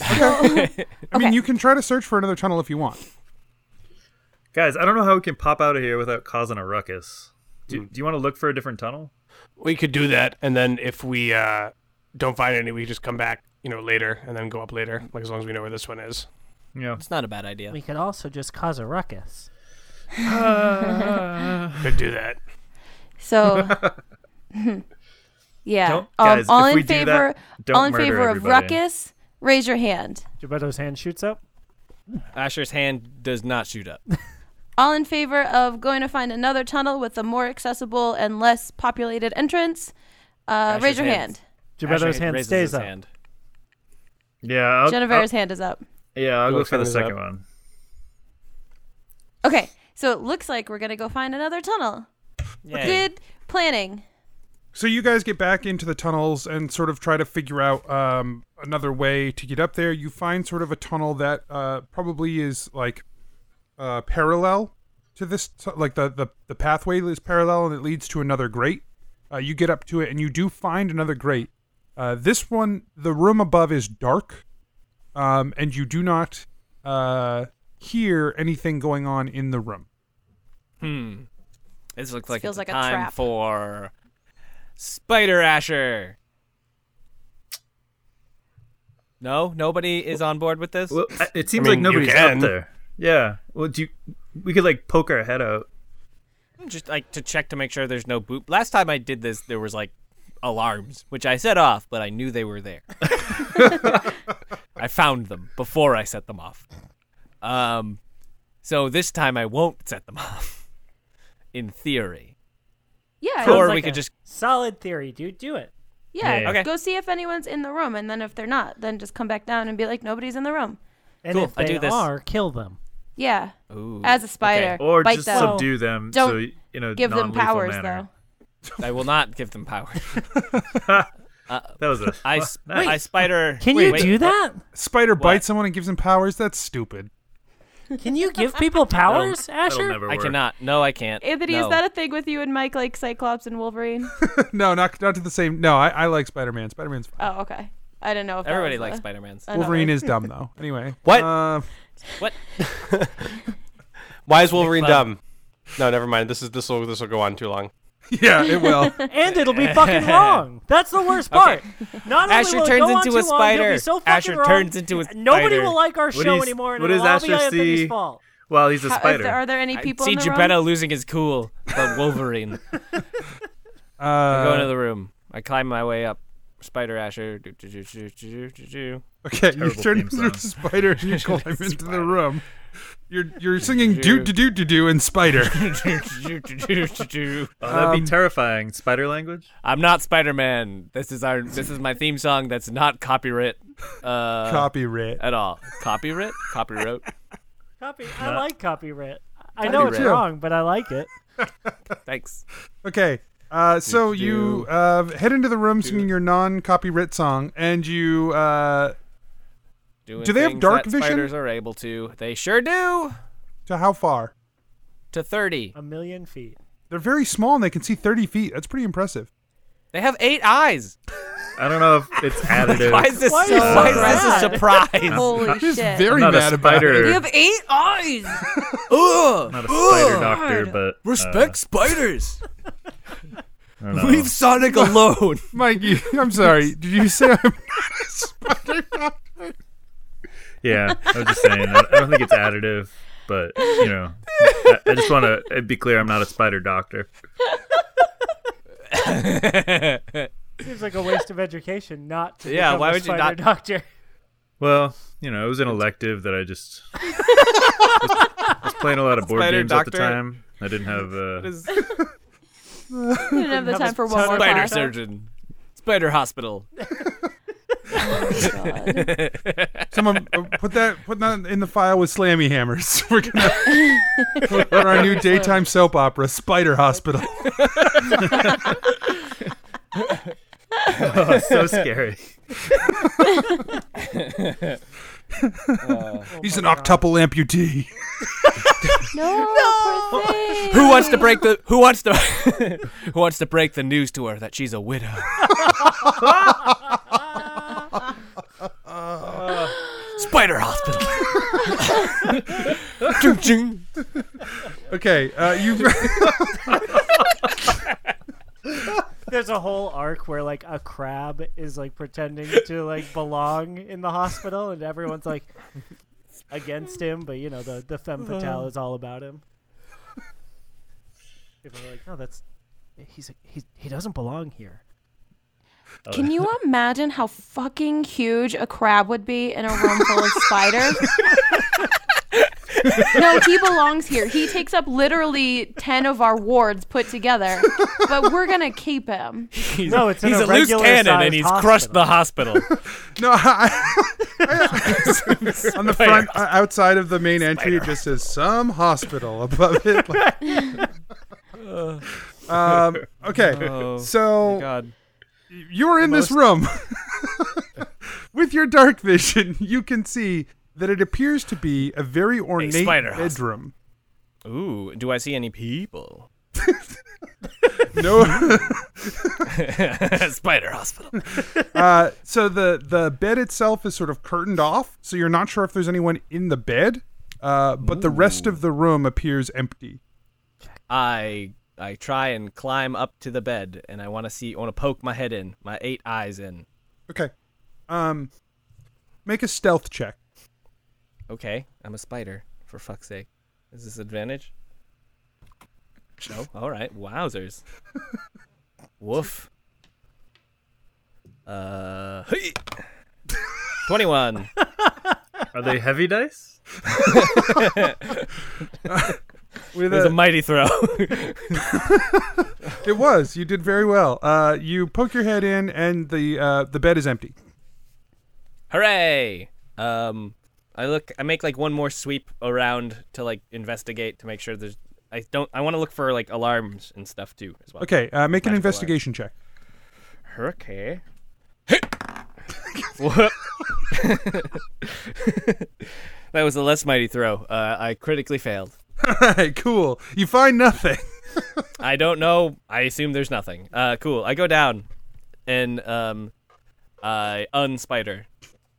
Speaker 1: I mean, you can try to search for another tunnel if you want.
Speaker 4: Guys, I don't know how we can pop out of here without causing a ruckus. Do, do you want to look for a different tunnel?
Speaker 11: We could do that, and then if we uh, don't find any, we just come back, you know, later, and then go up later. Like as long as we know where this one is.
Speaker 4: Yeah.
Speaker 8: It's not a bad idea.
Speaker 3: We could also just cause a ruckus.
Speaker 11: Could do that.
Speaker 4: [LAUGHS]
Speaker 6: So [LAUGHS] Yeah.
Speaker 4: Don't-
Speaker 6: um,
Speaker 4: guys,
Speaker 6: all
Speaker 4: if
Speaker 6: in
Speaker 4: we do that,
Speaker 6: favor
Speaker 4: don't
Speaker 6: all in
Speaker 4: murder
Speaker 6: favor of
Speaker 4: everybody.
Speaker 6: ruckus, raise your hand.
Speaker 3: Gebetto's hand shoots up.
Speaker 8: Asher's hand does not shoot up.
Speaker 6: All in favor of going to find another tunnel with a more accessible and less populated entrance, uh,
Speaker 8: Asher's
Speaker 6: raise your hand.
Speaker 8: hand.
Speaker 3: Gebetto's
Speaker 8: Asher
Speaker 3: hand
Speaker 8: raises
Speaker 3: stays
Speaker 8: his
Speaker 3: up.
Speaker 8: hand.
Speaker 4: Yeah. I'll,
Speaker 6: Jennifer's hand is up.
Speaker 4: I'll- yeah, I'll go
Speaker 11: Looks
Speaker 4: for the
Speaker 11: like it's up.
Speaker 4: second one.
Speaker 6: Okay, so it looks like we're gonna go find another tunnel.
Speaker 8: Yay.
Speaker 6: Good planning.
Speaker 1: So you guys get back into the tunnels and sort of try to figure out um, another way to get up there. You find sort of a tunnel that uh, probably is like uh, parallel to this, tu- like the, the the pathway is parallel and it leads to another grate. Uh, you get up to it and you do find another grate. Uh, this one, the room above is dark, um, and you do not uh, hear anything going on in the room.
Speaker 8: Hmm. This looks like
Speaker 6: feels like
Speaker 8: it's
Speaker 6: a
Speaker 8: time
Speaker 6: trap.
Speaker 8: for Spider Asher. No, nobody is on board with this.
Speaker 4: Well, I- it seems like nobody's up there. Yeah. Well, do you, we could like poke our head out.
Speaker 8: Just like to check to make sure there's no boot. Last time I did this, there was like alarms, which I set off, but I knew they were there. I found them before I set them off. Um, so this time I won't set them off. In theory.
Speaker 6: Yeah.
Speaker 8: Or
Speaker 6: it's
Speaker 8: we
Speaker 6: like
Speaker 8: could
Speaker 6: a-
Speaker 8: just
Speaker 3: Solid theory, dude. Do it.
Speaker 6: Yeah.
Speaker 8: Yeah. Okay.
Speaker 6: Go see if anyone's in the room, and then if they're not, then just come back down and be like, nobody's in the room.
Speaker 3: And
Speaker 8: Cool,
Speaker 3: if they
Speaker 8: I do this.
Speaker 3: are, kill them.
Speaker 6: Yeah.
Speaker 8: Ooh.
Speaker 6: As a spider,
Speaker 8: Okay.
Speaker 4: Or
Speaker 6: bite
Speaker 4: just
Speaker 6: them.
Speaker 4: subdue them
Speaker 6: Don't
Speaker 4: so, you know,
Speaker 6: give them
Speaker 4: non-lethal
Speaker 6: powers
Speaker 4: manner.
Speaker 8: I will not give them power. that
Speaker 4: was a
Speaker 8: I, s-
Speaker 4: Nice.
Speaker 8: I spider.
Speaker 3: Can
Speaker 8: wait,
Speaker 3: you
Speaker 8: wait,
Speaker 3: do
Speaker 8: what?
Speaker 3: that?
Speaker 1: Spider bites someone and gives them powers. That's stupid.
Speaker 3: Can you [LAUGHS] give people powers, Asher?
Speaker 8: I cannot. No, I can't.
Speaker 6: though. Anthony,
Speaker 1: No.
Speaker 6: is that a thing with you and Mike, like Cyclops and
Speaker 8: [LAUGHS]
Speaker 6: Wolverine?
Speaker 1: no, not not to the same. No, I, I like Spider Man. Spider Man's fine.
Speaker 6: oh, okay. I didn't know if that
Speaker 8: Everybody
Speaker 6: was
Speaker 8: likes
Speaker 6: a- Uh,
Speaker 8: Spider-Mans.
Speaker 6: another-
Speaker 1: Wolverine is dumb though. Anyway,
Speaker 11: What?
Speaker 1: Uh,
Speaker 8: What?
Speaker 11: Why is Wolverine
Speaker 8: Nick Club.
Speaker 11: dumb? No, never mind. This is this will this will go on too long.
Speaker 1: [LAUGHS] yeah, it
Speaker 4: [LAUGHS]
Speaker 1: will.
Speaker 3: and it'll
Speaker 8: [LAUGHS]
Speaker 3: be fucking wrong. That's the worst part. Not only
Speaker 8: Asher
Speaker 3: will it
Speaker 8: turns
Speaker 3: go on
Speaker 8: into a
Speaker 3: too long, it'll
Speaker 8: spider.
Speaker 3: be so fucking
Speaker 8: Asher
Speaker 3: wrong.
Speaker 8: turns into a
Speaker 3: Nobody
Speaker 8: spider.
Speaker 3: will like our
Speaker 8: What
Speaker 3: show
Speaker 8: is-
Speaker 3: anymore, and
Speaker 4: what
Speaker 3: it'll
Speaker 4: does
Speaker 3: all be
Speaker 4: Asher
Speaker 3: Anthony's
Speaker 4: see?
Speaker 3: fault.
Speaker 4: Well, he's a
Speaker 6: How- is
Speaker 4: spider.
Speaker 6: there- are there any
Speaker 8: I
Speaker 6: people
Speaker 8: see
Speaker 6: in the room?
Speaker 8: Geppetto losing his cool, but Wolverine.
Speaker 1: Uh,
Speaker 8: I go into the room. I climb my way up. Spider Asher. Do, do, do, do, do, do, do.
Speaker 1: Okay, you
Speaker 8: Terrible
Speaker 1: turn
Speaker 8: theme
Speaker 1: into a
Speaker 8: song.
Speaker 1: spider
Speaker 8: [LAUGHS]
Speaker 1: and you climb into the room. You're you're singing doo doo doo doo doo and spider.
Speaker 4: Oh, that'd be
Speaker 1: Um,
Speaker 4: terrifying. Spider language?
Speaker 8: I'm not Spider Man. This is our. This is my theme song. That's not copyright. [LAUGHS] Uh,
Speaker 1: Copyright.
Speaker 8: at all. Copyright. Copyright.
Speaker 3: Copy.
Speaker 8: No.
Speaker 3: I like copyright. I know it's
Speaker 8: Copyright.
Speaker 3: wrong, but I like it.
Speaker 8: Thanks.
Speaker 1: Okay. Uh, so you uh, head into the room singing your non-copyright song, and you uh,
Speaker 8: Doing
Speaker 1: Do they have
Speaker 8: things
Speaker 1: dark
Speaker 8: that
Speaker 1: vision?
Speaker 8: Spiders are able to. They sure do.
Speaker 1: to how far?
Speaker 8: To thirty.
Speaker 3: A million feet.
Speaker 1: They're very small and they can see thirty feet. That's pretty impressive.
Speaker 8: They have eight eyes.
Speaker 4: I don't know if it's additive.
Speaker 8: Why is this?
Speaker 4: Why are
Speaker 8: Why
Speaker 4: you
Speaker 8: is,
Speaker 4: so
Speaker 8: this a
Speaker 4: mad?
Speaker 8: surprise?
Speaker 4: Holy I'm just shit. very
Speaker 8: I'm not a
Speaker 4: mad about
Speaker 8: spider.
Speaker 4: it.
Speaker 6: You have eight eyes.
Speaker 8: Ugh,
Speaker 4: Not a spider
Speaker 6: [GASPS]
Speaker 8: ugh.
Speaker 4: doctor, but,
Speaker 8: respect
Speaker 4: uh,
Speaker 8: spiders.
Speaker 4: I don't know.
Speaker 8: Leave Sonic alone, [LAUGHS]
Speaker 1: Mike. You, I'm sorry. Did you say I'm not a spider?
Speaker 4: Yeah, I was just saying. I I don't think it's additive, but you know, I, I just want to be clear. I'm not a spider doctor.
Speaker 3: Seems like a waste of education not to
Speaker 8: Yeah,
Speaker 3: become
Speaker 8: why
Speaker 3: a
Speaker 8: would you
Speaker 3: spider
Speaker 8: not-
Speaker 3: doctor?
Speaker 4: Well, you know, it was an elective that I just was, was playing a lot of board
Speaker 8: Spider
Speaker 4: games at the
Speaker 8: doctor.
Speaker 4: time. I didn't have. Uh,
Speaker 6: You didn't have the time for one more
Speaker 8: spider
Speaker 6: class.
Speaker 8: surgeon, spider hospital.
Speaker 6: Oh
Speaker 1: Someone uh, put that put that in the file with slammy hammers. [LAUGHS] We're gonna for
Speaker 8: [LAUGHS]
Speaker 1: our new daytime soap opera, Spider Hospital.
Speaker 4: oh, it's [LAUGHS] so scary.
Speaker 1: He's an octuple amputee.
Speaker 6: No, poor thing.
Speaker 8: Who wants to break the Who wants to [LAUGHS] Who wants to break the news to her that she's a widow? Spider hospital. Ching, ching.
Speaker 1: Okay, uh,
Speaker 8: [LAUGHS]
Speaker 1: you.
Speaker 3: There's a whole arc where like a crab is like pretending to like belong in the hospital, and everyone's like against him, but you know the the femme fatale is all about him. People are like, no, that's he's he he doesn't belong here.
Speaker 8: Oh,
Speaker 6: Can you imagine how fucking huge a crab would be in a room full of
Speaker 8: [LAUGHS]
Speaker 6: spiders? no, he belongs here. He takes up literally 10 of our wards put together, but we're going to keep him.
Speaker 8: He's,
Speaker 3: No, it's in
Speaker 8: he's
Speaker 3: a
Speaker 8: a, loose
Speaker 3: regular
Speaker 8: cannon
Speaker 3: sized
Speaker 8: and he's crushed
Speaker 3: [LAUGHS]
Speaker 8: the hospital.
Speaker 1: No, I, on the front uh, outside of the main entry, it just says some hospital above it. [LAUGHS] Like-
Speaker 8: [LAUGHS]
Speaker 1: um, okay,
Speaker 8: Oh,
Speaker 1: so
Speaker 8: my God.
Speaker 1: you're in this room [LAUGHS] with your dark vision. You can see that it appears to be a very ornate
Speaker 8: spider hospital.
Speaker 1: bedroom.
Speaker 8: Ooh, do I see any people? [LAUGHS]
Speaker 1: No. [LAUGHS]
Speaker 8: Spider hospital.
Speaker 1: uh, so the the bed itself is sort of curtained off, so you're not sure if there's anyone in the bed. uh, but the rest of the room appears empty.
Speaker 8: I I try and climb up to the bed, and I want to see, I want to poke my head in, my eight eyes in.
Speaker 1: Okay. Um, make a stealth check.
Speaker 8: Okay, I'm a spider. For fuck's sake, is this advantage? No. All right. Wowzers. Woof. Uh, hey. twenty-one.
Speaker 4: Are they heavy dice?
Speaker 8: It was a mighty throw. [LAUGHS]
Speaker 1: it was. You did very well. Uh, you poke your head in, and the uh, the bed is empty.
Speaker 8: Hooray! Um, I look. I make like one more sweep around to like investigate to make sure there's. I don't. I want to look for like alarms and stuff too as well.
Speaker 1: Okay, uh, make an
Speaker 8: Magical
Speaker 1: investigation check. [LAUGHS]
Speaker 8: alarm. Okay. Whoop. [LAUGHS] that was a less mighty throw. Uh, I critically failed.
Speaker 1: All right, cool. You find nothing.
Speaker 8: I don't know. I assume there's nothing. Uh, cool. I go down, and um, I unspider.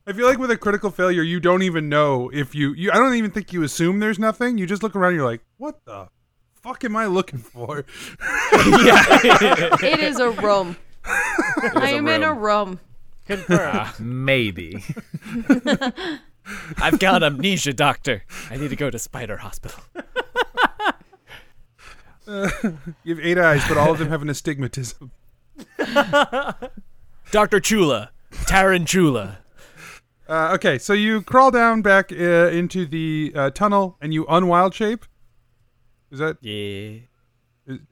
Speaker 1: I feel like with a critical failure, you don't even know if you, you. I don't even think you assume there's nothing. You just look around. and You're like, what the fuck am I looking for? [LAUGHS]
Speaker 6: it is a room. I am in a room.
Speaker 8: Ah, maybe. I've got amnesia, doctor. I need to go to Spider Hospital.
Speaker 1: Uh, you have eight eyes, but all of them have an astigmatism. [LAUGHS]
Speaker 8: Doctor Chula, Tarantula.
Speaker 1: Uh, okay, so you crawl down back uh, into the uh, tunnel and you unwild shape. Is that
Speaker 8: yeah?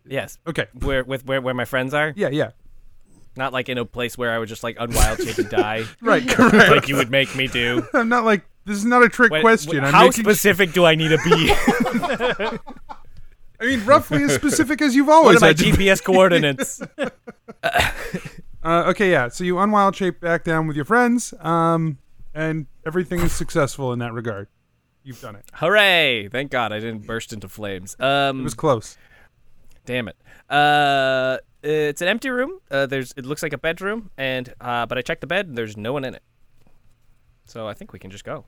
Speaker 8: Yes.
Speaker 1: Okay. [LAUGHS]
Speaker 8: Where with where, where my friends are?
Speaker 1: Yeah, yeah.
Speaker 8: Not like in a place where I would just like unwild shape and die.
Speaker 1: Right, correct.
Speaker 8: Like you would make me do.
Speaker 1: [LAUGHS] I'm not like this is not a trick
Speaker 8: What-
Speaker 1: question. I'm
Speaker 8: how
Speaker 1: making-
Speaker 8: specific do I need to [LAUGHS] be?
Speaker 1: I mean, roughly
Speaker 8: [LAUGHS]
Speaker 1: as specific as you've always
Speaker 8: What are my
Speaker 1: had to be.
Speaker 8: GPS coordinates?
Speaker 1: Uh, okay, yeah. So you unwild shape back down with your friends, um, and everything is successful in that regard. You've done it.
Speaker 8: [LAUGHS] Hooray! Thank God I didn't burst into flames. Um,
Speaker 1: It was close.
Speaker 8: Damn it. Uh, it's an empty room. Uh, there's it looks like a bedroom, and uh, but I checked the bed. And there's no one in it. So I think we can just go.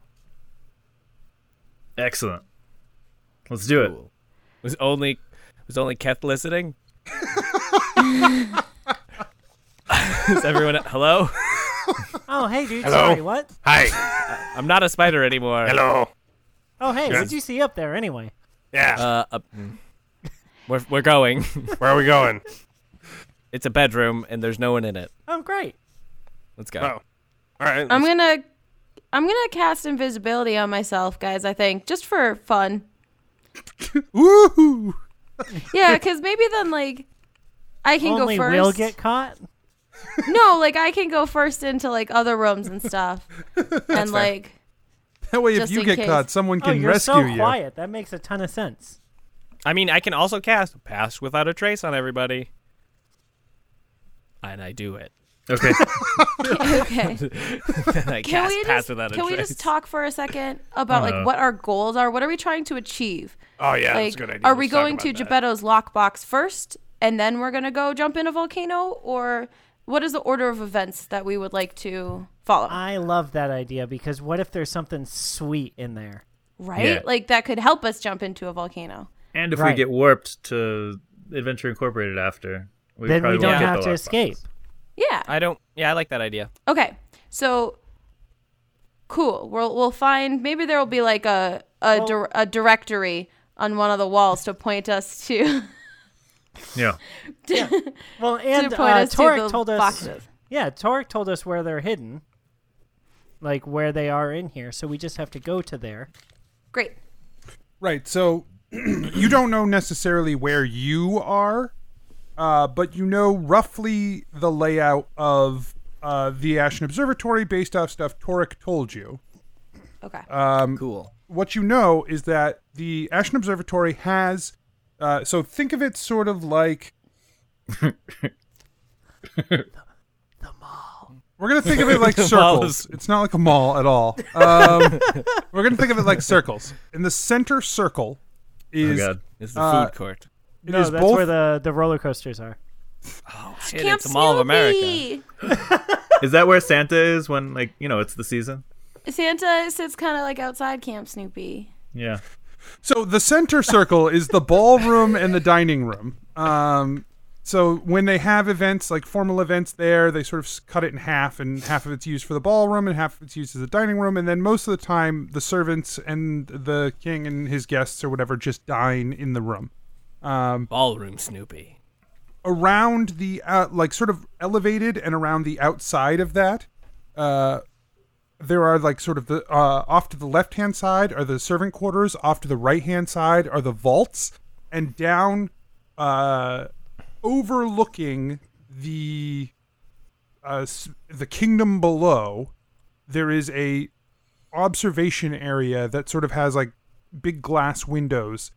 Speaker 4: Excellent. Let's do it.
Speaker 8: Was only was only Keth listening? [LAUGHS] Is everyone hello?
Speaker 3: Oh, hey, dude.
Speaker 8: Hello?
Speaker 3: Sorry, what?
Speaker 8: I, I'm not a spider anymore.
Speaker 11: Hello.
Speaker 3: Oh, hey,
Speaker 8: Yeah.
Speaker 3: what'd you see up there anyway?
Speaker 11: Yeah.
Speaker 8: Uh, up. We're we're going. [LAUGHS]
Speaker 11: Where are we going?
Speaker 8: It's a bedroom and there's no one in it.
Speaker 3: Oh, great.
Speaker 8: Let's go.
Speaker 11: All right.
Speaker 6: I'm gonna, I'm gonna cast invisibility on myself, guys. I think just for fun.
Speaker 1: Woohoo!
Speaker 6: Yeah, because maybe then like, I can
Speaker 3: Only
Speaker 6: go first.
Speaker 3: we'll get caught.
Speaker 6: no, like I can go first into like other rooms and stuff, and like [LAUGHS]
Speaker 1: That way,
Speaker 6: Just
Speaker 1: if you
Speaker 6: in
Speaker 1: get
Speaker 6: case.
Speaker 1: caught, someone
Speaker 3: oh,
Speaker 1: can
Speaker 3: you're
Speaker 1: rescue
Speaker 3: so
Speaker 1: you.
Speaker 3: quiet. That makes a ton of sense.
Speaker 8: I mean, I can also cast pass without a trace on everybody. And I do it. [LAUGHS]
Speaker 4: Okay.
Speaker 6: okay.
Speaker 8: then I
Speaker 6: Can
Speaker 8: cast
Speaker 6: we
Speaker 8: pass
Speaker 6: just
Speaker 8: without a
Speaker 6: can
Speaker 8: trace.
Speaker 6: we just talk for a second about
Speaker 8: Uh-huh.
Speaker 6: like what our goals are? What are we trying to achieve?
Speaker 11: Oh, yeah,
Speaker 6: like,
Speaker 11: that's a good idea.
Speaker 6: Are we
Speaker 11: Let's talk
Speaker 6: going to
Speaker 11: about
Speaker 6: Gebetto's lockbox first, and then we're gonna go jump in a volcano, or what is the order of events that we would like to follow?
Speaker 3: I love that idea because what if there's something sweet in there?
Speaker 6: right,
Speaker 4: Yeah.
Speaker 6: like that could help us jump into a volcano.
Speaker 4: And if
Speaker 3: Right.
Speaker 4: we get warped to Adventure Incorporated after, we
Speaker 3: then we
Speaker 4: probably
Speaker 3: don't
Speaker 4: won't get
Speaker 3: have
Speaker 4: the
Speaker 3: to
Speaker 4: lockbox.
Speaker 3: escape.
Speaker 6: Yeah.
Speaker 8: I don't. Yeah, I like that idea.
Speaker 6: Okay, so cool. We'll we'll find maybe there will be like a a, dir- a directory on one of the walls to point us to. [LAUGHS]
Speaker 4: Yeah.
Speaker 3: Well, and
Speaker 6: point
Speaker 3: uh,
Speaker 6: us to
Speaker 3: Torek
Speaker 6: the
Speaker 3: told us.
Speaker 6: boxes.
Speaker 3: Yeah, Torek told us where they're hidden, like where they are in here. So we just have to go to there.
Speaker 6: Great.
Speaker 1: Right. So [CLEARS THROAT] you don't know necessarily where you are, uh, but you know roughly the layout of uh, the Ashen Observatory based off stuff Torek told you.
Speaker 6: Okay.
Speaker 1: Um,
Speaker 8: cool.
Speaker 1: What you know is that the Ashen Observatory has. Uh, so think of it sort of
Speaker 3: [LAUGHS]
Speaker 1: like. We're gonna think of it like
Speaker 5: The mall
Speaker 1: circles. It's not like a mall at all. Um, we're gonna think of it like circles. In the center circle is
Speaker 4: Oh, God.
Speaker 8: It's the
Speaker 1: uh,
Speaker 8: food court.
Speaker 1: It is
Speaker 3: no, that's
Speaker 1: both
Speaker 3: where the, the roller coasters are.
Speaker 8: Shit, it's the Mall of America.
Speaker 6: Snoopy!
Speaker 4: Is that where Santa is when, like, you know, it's the season?
Speaker 6: Santa sits kind of like outside Camp Snoopy.
Speaker 4: Yeah.
Speaker 1: So the center circle is the ballroom and the dining room. Um, so when they have events like formal events there, they sort of s- cut it in half, and half of it's used for the ballroom, and half of it's used as a dining room. And then most of the time, the servants and the king and his guests or whatever just dine in the room. Um,
Speaker 8: Ballroom Snoopy.
Speaker 1: around the uh, like sort of elevated and around the outside of that uh there are like sort of the uh off to the left hand side are the servant quarters off to the right hand side are the vaults and down uh overlooking the uh s- the kingdom below there is a observation area that sort of has like big glass windows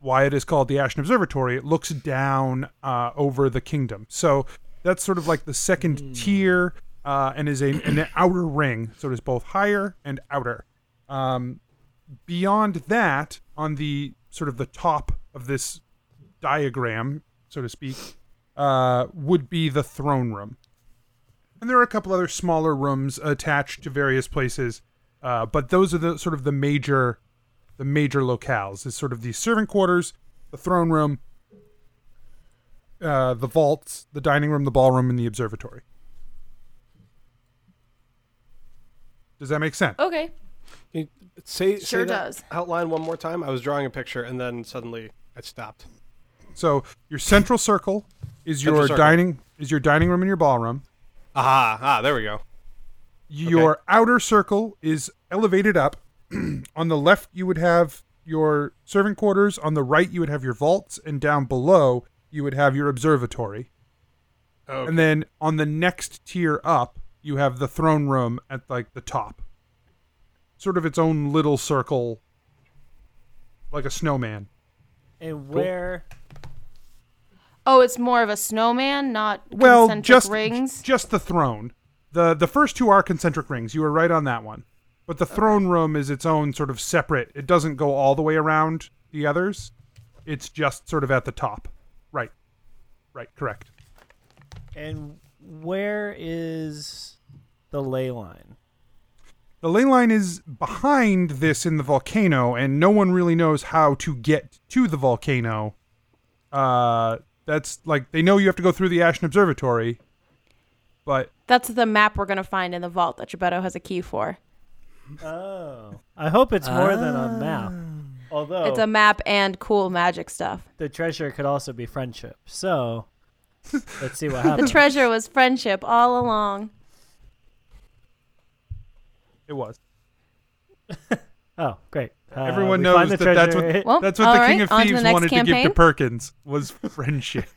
Speaker 1: why it is called the Ashton Observatory. It looks down uh, over the kingdom. So that's sort of like the second tier uh, and is a, an outer ring. So it is both higher and outer. Um, beyond that, on the sort of the top of this diagram, so to speak, uh, would be the throne room. And there are a couple other smaller rooms attached to various places, uh, but those are the sort of the major the major locales is sort of the servant quarters, the throne room, uh, the vaults, the dining room, the ballroom, and the observatory. Does that make sense?
Speaker 6: Okay.
Speaker 11: You- Say, say
Speaker 6: Sure
Speaker 11: that
Speaker 6: does.
Speaker 11: Outline one more time. I was drawing a picture and then suddenly I stopped.
Speaker 1: So your central circle is
Speaker 11: Central
Speaker 1: your
Speaker 11: circle.
Speaker 1: dining is your dining room and your ballroom.
Speaker 11: Aha! Ah, there we go.
Speaker 1: Your outer circle is elevated up. [CLEARS THROAT] on the left, you would have your servant quarters. On the right, you would have your vaults, and down below, you would have your observatory. And then on the next tier up, you have the throne room at like the top. Sort of its own little circle, like a snowman.
Speaker 3: And where?
Speaker 6: Oh, it's more of a snowman, not
Speaker 1: Well,
Speaker 6: concentric
Speaker 1: just
Speaker 6: rings.
Speaker 1: just the throne. The the first two are concentric rings. You were right on that one. But the throne room is its own sort of separate. It doesn't go all the way around the others. It's just sort of at the top. Right. Right, correct.
Speaker 3: And where is the ley line?
Speaker 1: The ley line is behind this in the volcano, and no one really knows how to get to the volcano. Uh, that's like they know you have to go through the Ashton Observatory, but
Speaker 6: That's the map we're gonna find in the vault that Gebetto has a key for.
Speaker 3: Oh. I hope it's more than a map. Although
Speaker 6: It's a map and cool magic stuff.
Speaker 3: the treasure could also be friendship. [LAUGHS] So let's see what
Speaker 6: The
Speaker 3: happens.
Speaker 6: treasure was friendship all along.
Speaker 1: it was.
Speaker 3: oh, great. Uh,
Speaker 1: Everyone
Speaker 3: we
Speaker 1: knows
Speaker 3: find the
Speaker 1: that that's
Speaker 3: treasure.
Speaker 1: what that's what the King of Thieves wanted to give to Perkins was [LAUGHS] friendship.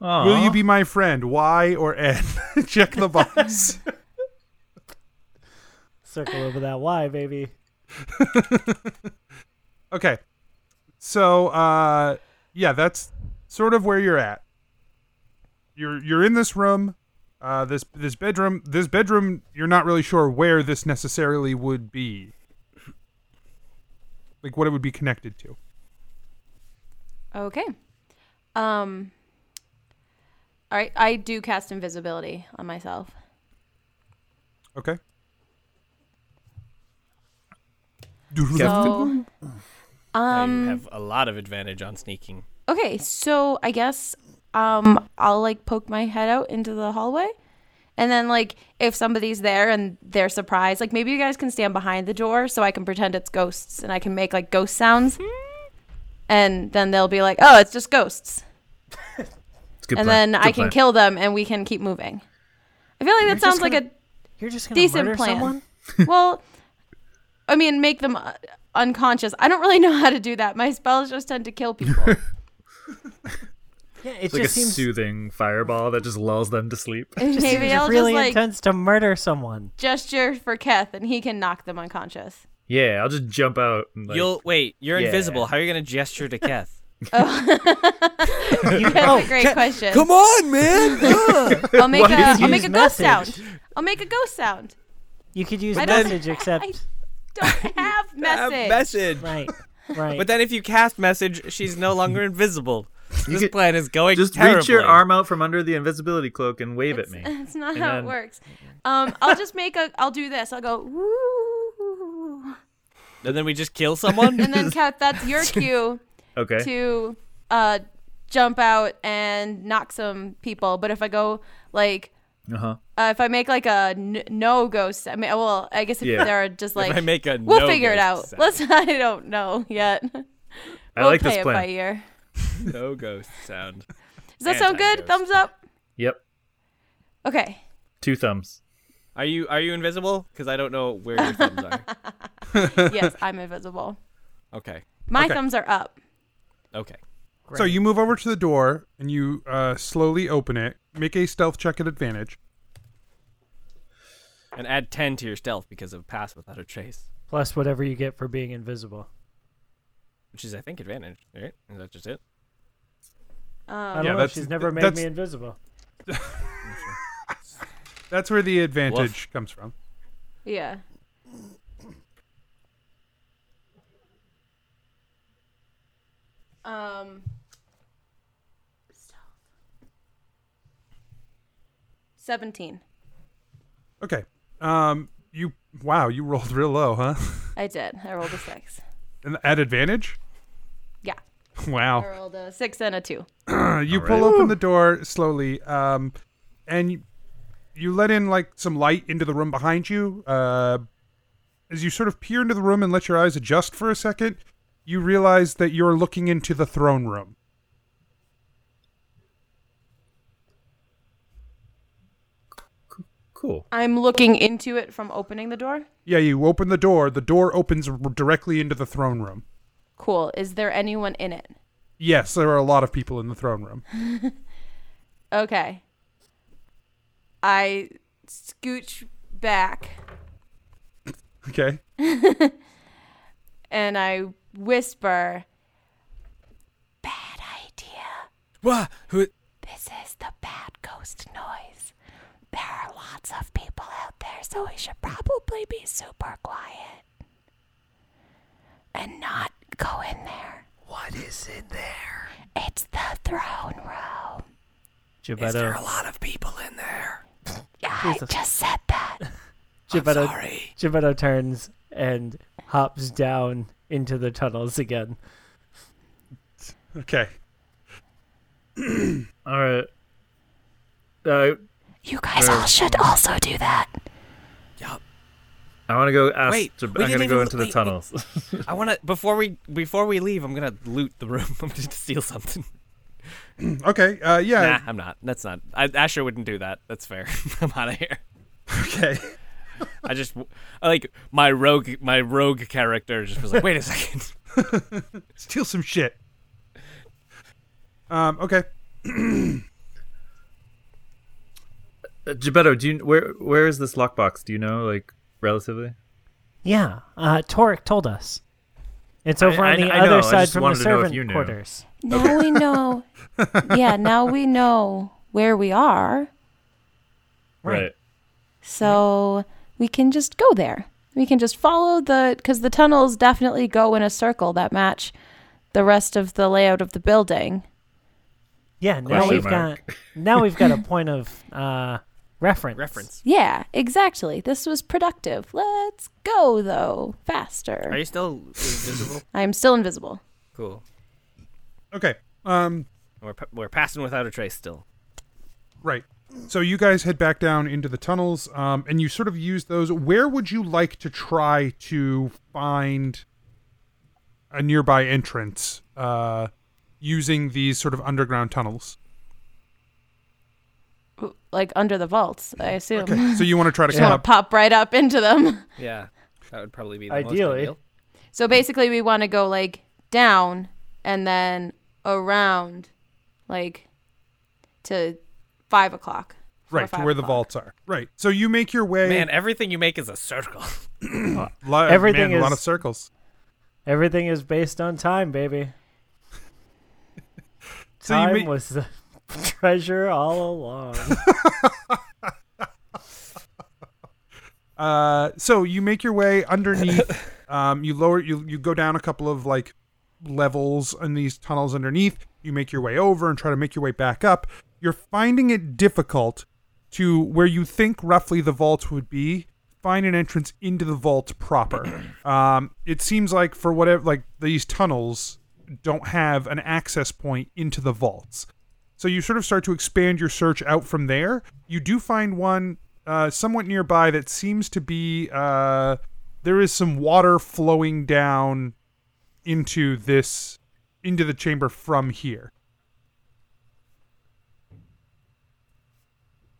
Speaker 1: Will you be my friend? Y or N? [LAUGHS] Check the box.
Speaker 3: Circle over that Y, baby.
Speaker 1: okay. So uh yeah, that's sort of where you're at. You're you're in this room, uh this this bedroom, this bedroom you're not really sure where this necessarily would be. Like what it would be connected to.
Speaker 6: Okay. Um. All right, I do cast invisibility on myself.
Speaker 1: Okay?
Speaker 6: So,
Speaker 8: Now you
Speaker 6: um,
Speaker 8: have a lot of advantage on sneaking.
Speaker 6: okay, so I guess um, I'll like poke my head out into the hallway, and then like if somebody's there and they're surprised, like maybe you guys can stand behind the door so I can pretend it's ghosts and I can make like ghost sounds,
Speaker 3: Hmm.
Speaker 6: and then they'll be like, "Oh, it's just ghosts,"
Speaker 14: good
Speaker 6: and
Speaker 14: plan.
Speaker 6: then
Speaker 14: Good
Speaker 6: I can
Speaker 14: plan.
Speaker 6: kill them and we can keep moving. I feel like that
Speaker 3: You're just
Speaker 6: sounds like
Speaker 3: gonna-
Speaker 6: a
Speaker 3: You're just gonna
Speaker 6: decent
Speaker 3: murder
Speaker 6: plan.
Speaker 14: [LAUGHS]
Speaker 3: someone?
Speaker 6: well, I mean, make them uh, unconscious. I don't really know how to do that. My spells just tend to
Speaker 14: [LAUGHS]
Speaker 6: kill people.
Speaker 3: Yeah, it
Speaker 4: It's like a
Speaker 3: just seems
Speaker 4: soothing fireball that just lulls them to sleep. [LAUGHS]
Speaker 6: Maybe
Speaker 3: just seems
Speaker 6: I'll
Speaker 3: really
Speaker 6: just like
Speaker 3: intense to murder someone.
Speaker 6: gesture for Keth, and he can knock them unconscious.
Speaker 4: Yeah, I'll just jump out. And like,
Speaker 8: You'll wait. You're
Speaker 4: yeah.
Speaker 8: invisible. How are you gonna gesture
Speaker 6: [LAUGHS]
Speaker 8: to Keth?
Speaker 6: That's a great question.
Speaker 8: Come
Speaker 6: [LAUGHS]
Speaker 8: on, man.
Speaker 6: I'll make
Speaker 8: What
Speaker 6: a
Speaker 8: is
Speaker 6: will
Speaker 8: his
Speaker 6: make a ghost
Speaker 3: message?
Speaker 6: sound. I'll make a ghost sound.
Speaker 3: You could use
Speaker 6: I don't-
Speaker 3: message, except
Speaker 6: Have message.
Speaker 8: message.
Speaker 3: [LAUGHS]
Speaker 4: Uh,
Speaker 3: right, right.
Speaker 8: But then if you cast message, she's no longer invisible. this plan is going
Speaker 4: Just
Speaker 8: terribly.
Speaker 4: reach your arm out from under the invisibility cloak and wave at me.
Speaker 6: [LAUGHS] That's not
Speaker 4: And
Speaker 6: how
Speaker 4: then-
Speaker 6: it works. Um, I'll just make a. I'll do this. I'll go. Woo.
Speaker 8: and then we just kill someone.
Speaker 6: And then, Kat, that's your cue.
Speaker 8: Okay.
Speaker 6: To uh, jump out and knock some people. But if I go like,
Speaker 4: Uh huh.
Speaker 6: uh, if I make like a n- no ghost, I mean, well, I guess if
Speaker 4: Yeah.
Speaker 6: they're just
Speaker 4: If
Speaker 6: [LAUGHS] like,
Speaker 4: I make a
Speaker 6: we'll
Speaker 4: no
Speaker 6: figure it
Speaker 4: ghost
Speaker 6: out.
Speaker 4: sound.
Speaker 6: Let's. [LAUGHS] I don't know yet.
Speaker 4: I
Speaker 6: we'll
Speaker 4: like
Speaker 6: play
Speaker 4: this
Speaker 6: it
Speaker 4: plan.
Speaker 6: by ear.
Speaker 8: no ghost sound.
Speaker 6: Does that sound good? Thumbs up.
Speaker 4: Yep. [LAUGHS]
Speaker 6: Okay.
Speaker 4: Two thumbs.
Speaker 8: Are you are you invisible? Because I don't know where your thumbs [LAUGHS] are.
Speaker 6: yes, I'm invisible.
Speaker 8: Okay.
Speaker 6: My
Speaker 1: Okay.
Speaker 6: thumbs are up.
Speaker 8: Okay.
Speaker 1: So you move over to the door and you uh, slowly open it. Make a stealth check at advantage.
Speaker 8: And add ten to your stealth because of pass without a trace,
Speaker 3: Plus whatever you get for being invisible.
Speaker 8: which is I think advantage. Right? Is that just it?
Speaker 6: Um,
Speaker 3: I don't know. She's never made me
Speaker 1: that's-
Speaker 3: invisible.
Speaker 1: That's where the advantage comes from.
Speaker 6: Yeah. Um. Seventeen.
Speaker 1: Okay. Um. You. Wow. You rolled real low, huh? [LAUGHS]
Speaker 6: I did. I rolled a six.
Speaker 1: And at advantage.
Speaker 6: Yeah.
Speaker 1: Wow.
Speaker 6: I rolled a six and a two.
Speaker 1: [CLEARS THROAT] you
Speaker 6: All
Speaker 1: pull
Speaker 6: right.
Speaker 1: open the door slowly, um, and you, you let in like some light into the room behind you. Uh, as you sort of peer into the room and let your eyes adjust for a second, you realize that you're looking into the throne room.
Speaker 4: Cool.
Speaker 6: I'm looking into it from opening the door.
Speaker 1: Yeah, you open the door. The door opens r- directly into the throne room.
Speaker 6: Cool. Is there anyone in it?
Speaker 1: Yes, there are a lot of people in the throne
Speaker 3: [LAUGHS]
Speaker 1: room.
Speaker 6: Okay. I scooch back
Speaker 1: Okay.
Speaker 6: and I whisper,
Speaker 8: Wha Who?
Speaker 6: This is the bad ghost noise. There are lots of people out there, so we should probably be super quiet and not go in there. What is in there? It's the throne room.
Speaker 3: Gibetto.
Speaker 8: of people in there?
Speaker 6: Yeah,
Speaker 3: Jesus.
Speaker 6: I just said that.
Speaker 3: Gibetto, Gibetto turns and hops down into the tunnels again.
Speaker 1: Okay.
Speaker 4: All right. Uh,
Speaker 6: you guys all should also do that.
Speaker 4: I want to go ask.
Speaker 8: Wait,
Speaker 4: to, I'm
Speaker 8: we didn't
Speaker 4: going to
Speaker 8: even-
Speaker 4: go into
Speaker 8: wait,
Speaker 4: the
Speaker 8: wait.
Speaker 4: tunnels. [LAUGHS]
Speaker 8: I want to before we before we leave. I'm gonna loot the room. [LAUGHS] I'm just steal [LAUGHS] something.
Speaker 1: okay. Uh, yeah.
Speaker 8: Nah, I'm not. That's not. I, Asher wouldn't do that. That's fair. [LAUGHS] I'm out of here.
Speaker 1: Okay.
Speaker 8: I just I like my rogue my rogue character just was like, [LAUGHS] wait a second.
Speaker 1: Steal some shit. Um. Okay.
Speaker 4: Uh, Gebetto, do you where where is this lockbox? Do you know like relatively?
Speaker 3: Yeah, uh, Torek told us. It's over
Speaker 4: I-
Speaker 3: on the
Speaker 4: I know,
Speaker 3: other
Speaker 4: I
Speaker 3: side
Speaker 4: just
Speaker 3: from the
Speaker 4: wanted to know if
Speaker 3: servant
Speaker 4: you knew.
Speaker 3: quarters.
Speaker 6: Now we know.
Speaker 8: [LAUGHS]
Speaker 6: Yeah, now we know where we are.
Speaker 4: Right.
Speaker 6: So we can just go there. We can just follow the because the tunnels definitely go in a circle that match the rest of the layout of the building.
Speaker 3: Yeah, now
Speaker 6: Question
Speaker 3: we've
Speaker 6: mark.
Speaker 3: got now
Speaker 4: [LAUGHS]
Speaker 3: we've got a point of uh, reference.
Speaker 8: Reference.
Speaker 6: Yeah, exactly. This was productive. Let's go though faster.
Speaker 8: Are you still [LAUGHS] invisible?
Speaker 6: I am still invisible.
Speaker 8: Cool.
Speaker 1: Okay. Um.
Speaker 8: We're pa- we're passing without a trace still.
Speaker 1: Right. So you guys head back down into the tunnels, um, and you sort of use those. Where would you like to try to find a nearby entrance uh, using these sort of underground tunnels?
Speaker 6: Like under the vaults, I assume.
Speaker 1: Okay, so you wanna try to
Speaker 6: [LAUGHS] Just
Speaker 1: come
Speaker 6: wanna
Speaker 1: up-
Speaker 6: pop right up into them.
Speaker 8: Yeah, that would probably be the
Speaker 3: Ideally.
Speaker 8: Most ideal.
Speaker 6: So basically, we want to go like down and then around, like to five o'clock. Four or
Speaker 1: Right, to
Speaker 6: five
Speaker 1: where the
Speaker 6: o'clock.
Speaker 1: vaults are. Right. So you make your way.
Speaker 8: Man, everything you make is a circle.
Speaker 1: Li-
Speaker 3: Everything
Speaker 1: man, a lot of
Speaker 3: is-
Speaker 1: circles.
Speaker 3: Everything is based on time, baby.
Speaker 1: [LAUGHS] So you
Speaker 3: time
Speaker 1: meet-
Speaker 3: was the [LAUGHS] treasure all along.
Speaker 1: Uh, so you make your way underneath. um, you lower you you go down a couple of like levels in these tunnels underneath, you make your way over and try to make your way back up. You're finding it difficult to where you think roughly the vault would be, find an entrance into the vault proper. um, it seems like for whatever, like these tunnels don't have an access point into the vaults. So you sort of start to expand your search out from there. You do find one uh, somewhat nearby that seems to be uh, there is some water flowing down into this into the chamber from here.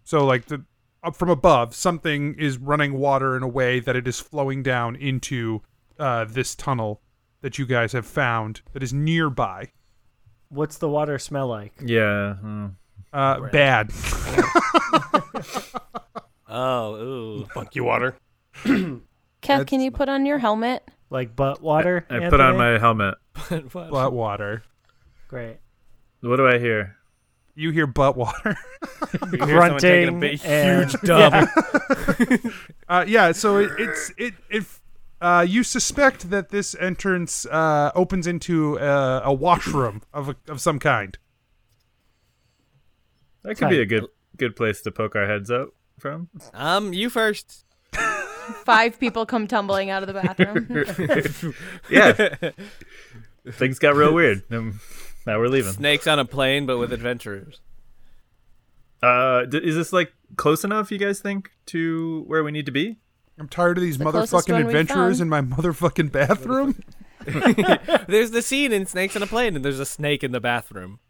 Speaker 1: So like the up from above, something is running water in a way that it is flowing down into uh, this tunnel that you guys have found that is nearby.
Speaker 3: What's the water smell like?
Speaker 4: Yeah. hmm.
Speaker 1: Uh, bad. [LAUGHS]
Speaker 8: oh, ooh.
Speaker 11: Funky water.
Speaker 6: Kev, can you put on your helmet?
Speaker 3: Like butt water?
Speaker 4: I put on my helmet.
Speaker 3: Butt water.
Speaker 1: Butt water.
Speaker 8: [LAUGHS]
Speaker 3: Great.
Speaker 4: What do I hear?
Speaker 1: You hear butt water. [LAUGHS]
Speaker 3: You hear someone taking a Grunting big- and- huge dump.
Speaker 1: Yeah. uh, yeah so it, it's it if uh, you suspect that this entrance uh, opens into uh, a washroom of a, of some kind.
Speaker 4: That could be a good good place to poke our heads out from.
Speaker 8: Um, you first.
Speaker 6: Five people come tumbling out of the
Speaker 3: [LAUGHS]
Speaker 6: bathroom.
Speaker 4: yeah. [LAUGHS] Things got real weird. [LAUGHS] Um, Now we're leaving.
Speaker 8: Snakes on a plane, but with adventurers.
Speaker 4: Uh, d- is this like close enough? You guys think to where we need to be?
Speaker 1: I'm tired of these
Speaker 4: The closest
Speaker 1: motherfucking
Speaker 4: one we
Speaker 1: adventurers
Speaker 4: found.
Speaker 1: in my motherfucking bathroom.
Speaker 8: there's the scene in Snakes on a Plane, and there's a snake in the bathroom,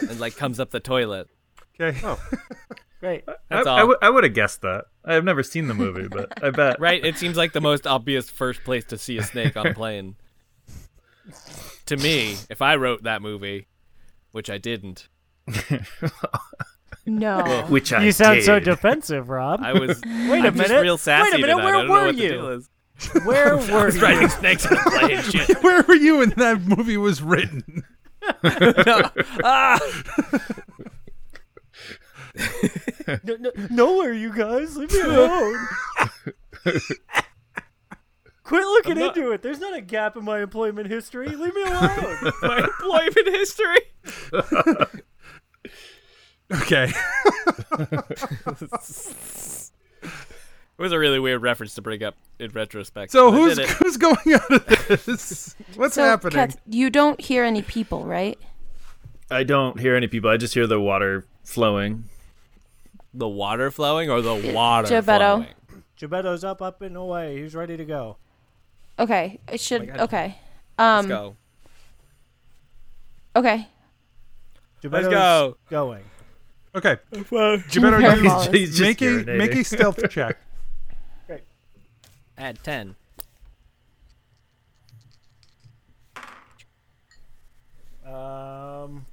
Speaker 8: and like comes up the toilet.
Speaker 1: Okay.
Speaker 3: [LAUGHS]
Speaker 8: Oh. [LAUGHS]
Speaker 3: Great.
Speaker 8: That's
Speaker 4: I,
Speaker 8: all.
Speaker 4: I, w- I would have guessed that. I have never seen the movie,
Speaker 8: [LAUGHS]
Speaker 4: but I bet.
Speaker 8: Right? It seems like the most obvious first place to see a snake on a plane. to me, if I wrote that movie, which I didn't.
Speaker 6: no.
Speaker 4: Which I
Speaker 3: you sound so
Speaker 4: did.
Speaker 3: defensive, Rob.
Speaker 8: I was.
Speaker 3: Wait a
Speaker 8: I'm
Speaker 3: minute.
Speaker 8: Just real sassy
Speaker 3: Wait a minute.
Speaker 8: tonight. I
Speaker 3: Where
Speaker 8: don't know
Speaker 3: were
Speaker 8: what the deal
Speaker 3: you?
Speaker 8: is.
Speaker 3: Where
Speaker 8: [LAUGHS] I
Speaker 3: were
Speaker 8: was
Speaker 3: you?
Speaker 8: writing snakes on a plane.
Speaker 1: [LAUGHS]
Speaker 8: Shit.
Speaker 1: Where were you when that movie was written?
Speaker 8: No. Ah!
Speaker 3: No, no, nowhere, you guys. Leave
Speaker 8: [LAUGHS]
Speaker 3: me alone. Quit looking into it. There's not a gap in my employment history. Leave me alone.
Speaker 8: my employment history.
Speaker 1: okay.
Speaker 8: It was a really weird reference to bring up in retrospect.
Speaker 1: So
Speaker 8: but I
Speaker 1: who's
Speaker 8: did it.
Speaker 1: who's going out of this? What's
Speaker 6: so,
Speaker 1: happening?
Speaker 6: Kath, you don't hear any people, right?
Speaker 4: I don't hear any people. I just hear the water flowing.
Speaker 8: The water flowing or the water?
Speaker 6: Geppetto.
Speaker 8: flowing?
Speaker 3: Gebetto's up, up, and away. He's ready to go.
Speaker 6: Okay. It
Speaker 1: Oh
Speaker 6: should.
Speaker 3: God.
Speaker 6: okay. Um,
Speaker 8: Let's go.
Speaker 6: Okay.
Speaker 3: Gebetto's
Speaker 8: go.
Speaker 3: Going.
Speaker 1: Okay.
Speaker 6: Very
Speaker 1: Gibetto, [LAUGHS]
Speaker 6: modest.
Speaker 1: you
Speaker 6: He's
Speaker 4: just
Speaker 1: make a
Speaker 4: urinating.
Speaker 1: make a stealth check.
Speaker 8: Add ten.
Speaker 3: Um,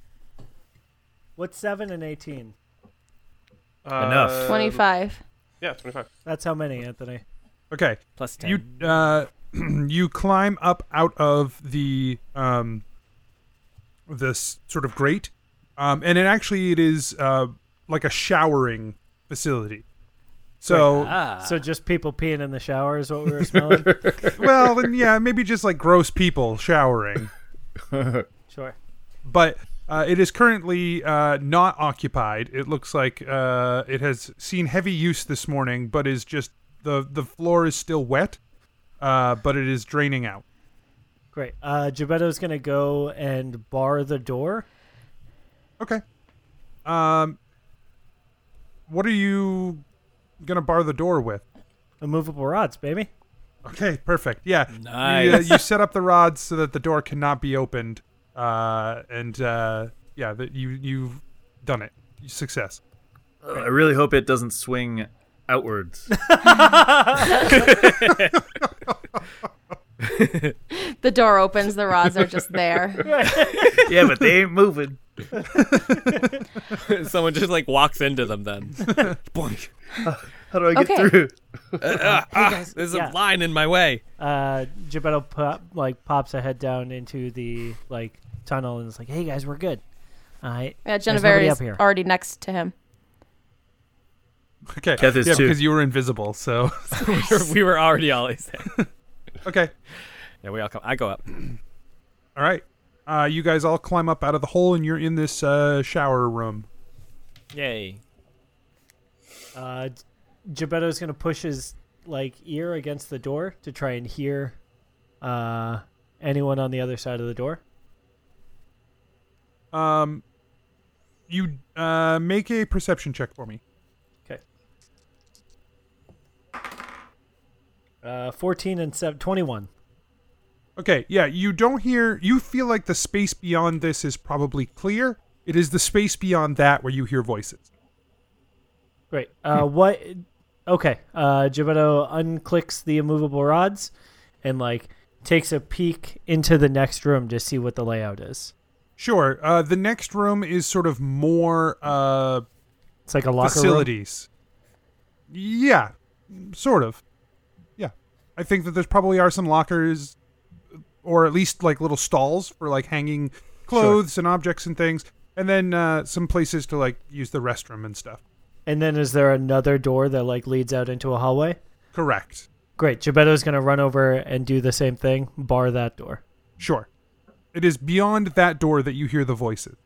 Speaker 3: what's seven and eighteen?
Speaker 4: Enough.
Speaker 6: 25.
Speaker 11: Yeah, 25.
Speaker 3: That's how many, Anthony.
Speaker 1: Okay.
Speaker 8: Plus
Speaker 1: You uh, [CLEARS THROAT] you climb up out of the um, this sort of grate, um, and it actually it is uh, like a showering facility. So
Speaker 3: So just people peeing in the shower is what we were smelling.
Speaker 1: [LAUGHS] well, then, yeah, maybe just like gross people showering,
Speaker 3: sure.
Speaker 1: but. Uh, it is currently uh, not occupied. It looks like uh, it has seen heavy use this morning, but is just the the floor is still wet, uh, but it is draining out.
Speaker 3: Great. Uh, Gebetto's gonna go and bar the door.
Speaker 1: Okay. Um, what are you gonna bar the door with?
Speaker 3: Immovable rods, baby.
Speaker 1: Okay, perfect. Yeah. You, uh,
Speaker 8: Nice.
Speaker 1: you set up the rods so that the door cannot be opened. Uh, and uh, yeah, that you you've done it. Success.
Speaker 4: Uh, I really hope it doesn't swing outwards.
Speaker 6: The door opens. The rods are
Speaker 1: [LAUGHS]
Speaker 6: just there.
Speaker 4: yeah, but they ain't moving.
Speaker 8: [LAUGHS] Someone just like walks into
Speaker 1: [LAUGHS]
Speaker 8: them then. Boink.
Speaker 4: How do I get
Speaker 6: Okay.
Speaker 4: through?
Speaker 8: Ah, ah, there's
Speaker 3: yeah.
Speaker 8: a line in my way.
Speaker 3: Uh, Gebetto pop, like pops a head down into the like tunnel and is like, "Hey guys, we're good." All right.
Speaker 6: Yeah,
Speaker 3: There's nobody
Speaker 6: Genevieve's
Speaker 3: up here.
Speaker 6: already next to him.
Speaker 1: Okay.
Speaker 4: Keth is
Speaker 1: yeah,
Speaker 4: too.
Speaker 1: because you were invisible. So [LAUGHS]
Speaker 8: we, were, we were already always there.
Speaker 1: okay.
Speaker 8: Yeah, we all come. I go up.
Speaker 1: All right. Uh, you guys all climb up out of the hole, and you're in this uh, shower room.
Speaker 8: Yay.
Speaker 3: Uh, Gebetto's gonna push his like ear against the door to try and hear uh, anyone on the other side of the door.
Speaker 1: Um, you uh, make a perception check for me.
Speaker 3: Uh, fourteen and seven, 21.
Speaker 1: Okay, yeah, you don't hear. You feel like the space beyond this is probably clear. It is the space beyond that where you hear voices.
Speaker 3: Great. Uh, what? Okay. Uh, Gibetto unclicks the immovable rods, and like takes a peek into the next room to see what the layout is.
Speaker 1: Sure. Uh, the next room is sort of more. Uh,
Speaker 3: it's like a locker room?
Speaker 1: facilities. Yeah, sort of. Yeah, I think that there's probably are some lockers, or at least like little stalls for like hanging clothes and objects and things, and then uh, some places to like use the restroom and stuff.
Speaker 3: And then is there another door that like leads out into a hallway?
Speaker 1: Correct.
Speaker 3: Great. Gebetto's gonna run over and do the same thing. Bar that door.
Speaker 1: Sure. It is beyond that door that you hear the voices.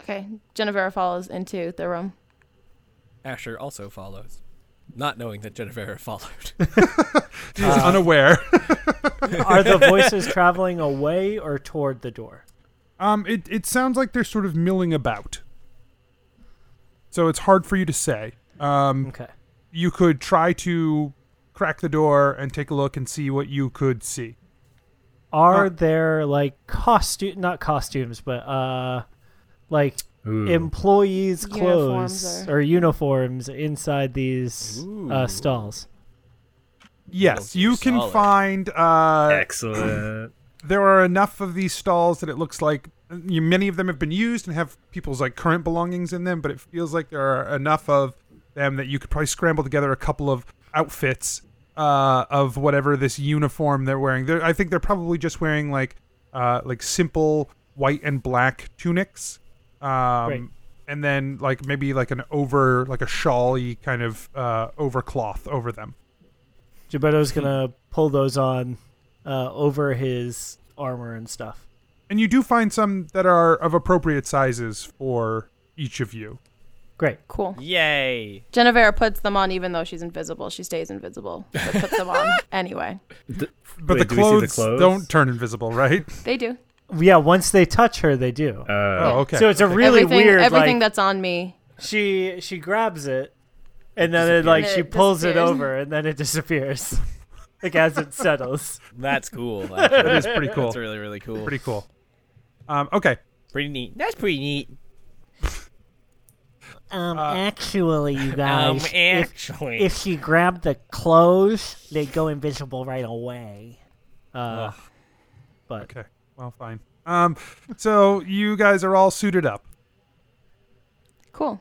Speaker 6: Okay, Genevera follows into the room.
Speaker 8: Asher also follows, not knowing that Genevera [LAUGHS] followed.
Speaker 1: He's
Speaker 3: Ah. [LAUGHS]
Speaker 1: unaware.
Speaker 3: Are the
Speaker 1: [LAUGHS]
Speaker 3: voices traveling away or toward the door?
Speaker 1: Um, it it sounds like they're sort of milling about. So it's hard for you to say. Um,
Speaker 3: okay.
Speaker 1: You could try to crack the door and take a look and see what you could see.
Speaker 3: Are there like costume, not costumes, but uh, like
Speaker 1: Ooh.
Speaker 3: employees'
Speaker 6: Uniforms
Speaker 3: clothes or, uniforms inside these uh, stalls?
Speaker 1: Yes, you can
Speaker 3: solid.
Speaker 1: find. Uh,
Speaker 4: Excellent.
Speaker 1: There are enough of these stalls that it looks like you, many of them have been used and have people's like current belongings in them, but it feels like there are enough of them that you could probably scramble together a couple of outfits uh, of whatever this uniform they're wearing. They're, I think they're probably just wearing like uh, like simple white and black tunics,
Speaker 3: Great.
Speaker 1: um, and then like maybe like an over like a shawly kind of uh, over cloth over them.
Speaker 3: Gebetto's
Speaker 1: Hmm.
Speaker 3: gonna pull those on uh, over his armor and stuff.
Speaker 1: And you do find some that are of appropriate sizes for each of you.
Speaker 3: Great.
Speaker 6: Cool.
Speaker 8: Yay.
Speaker 6: Genevera puts them on even though she's invisible. She stays invisible, but puts them
Speaker 8: [LAUGHS]
Speaker 6: on anyway.
Speaker 1: But the, clothes don't turn invisible, right?
Speaker 6: They do.
Speaker 3: Yeah, once they touch her, they do.
Speaker 1: [LAUGHS]
Speaker 4: Uh,
Speaker 1: Oh, okay.
Speaker 3: So it's a really
Speaker 6: everything,
Speaker 3: weird.
Speaker 6: Everything
Speaker 3: like,
Speaker 6: that's on me.
Speaker 3: She she grabs it, and then it, like
Speaker 6: And
Speaker 3: she
Speaker 6: it
Speaker 3: pulls it
Speaker 6: disappears.
Speaker 3: over, and then it disappears, [LAUGHS] like as it settles.
Speaker 8: That's [LAUGHS] cool. actually.
Speaker 1: That is pretty cool.
Speaker 8: That's really, really cool.
Speaker 1: Pretty cool. Um, okay.
Speaker 8: Pretty neat. That's pretty neat.
Speaker 3: Um, actually, you
Speaker 8: Um,
Speaker 3: guys, if-
Speaker 8: actually.
Speaker 3: if, she grabbed the clothes, they go invisible right away. Uh, but
Speaker 1: Okay. Well, fine. Um, so you guys are all suited up.
Speaker 6: Cool.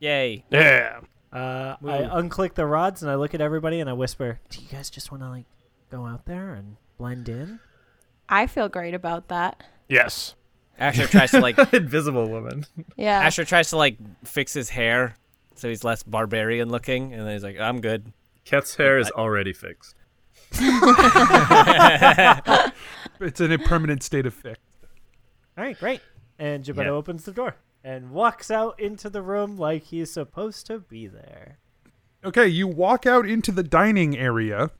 Speaker 8: Yay.
Speaker 11: Yeah.
Speaker 3: Uh, I unclick the rods and I look at everybody and I whisper, "Do you guys just want to like go out there and blend in?"
Speaker 6: I feel great about that.
Speaker 11: Yes.
Speaker 8: Asher tries to like
Speaker 4: Invisible woman.
Speaker 6: Yeah.
Speaker 8: Asher tries to like fix his hair so he's less barbarian looking, and then he's like, "I'm good."
Speaker 4: Keth's hair is already fixed.
Speaker 1: It's in a permanent state of fix.
Speaker 3: All right, great. And Gebetto
Speaker 4: Yeah.
Speaker 3: opens the door and walks out into the room like he's supposed to be there.
Speaker 1: Okay, you walk out into the dining area.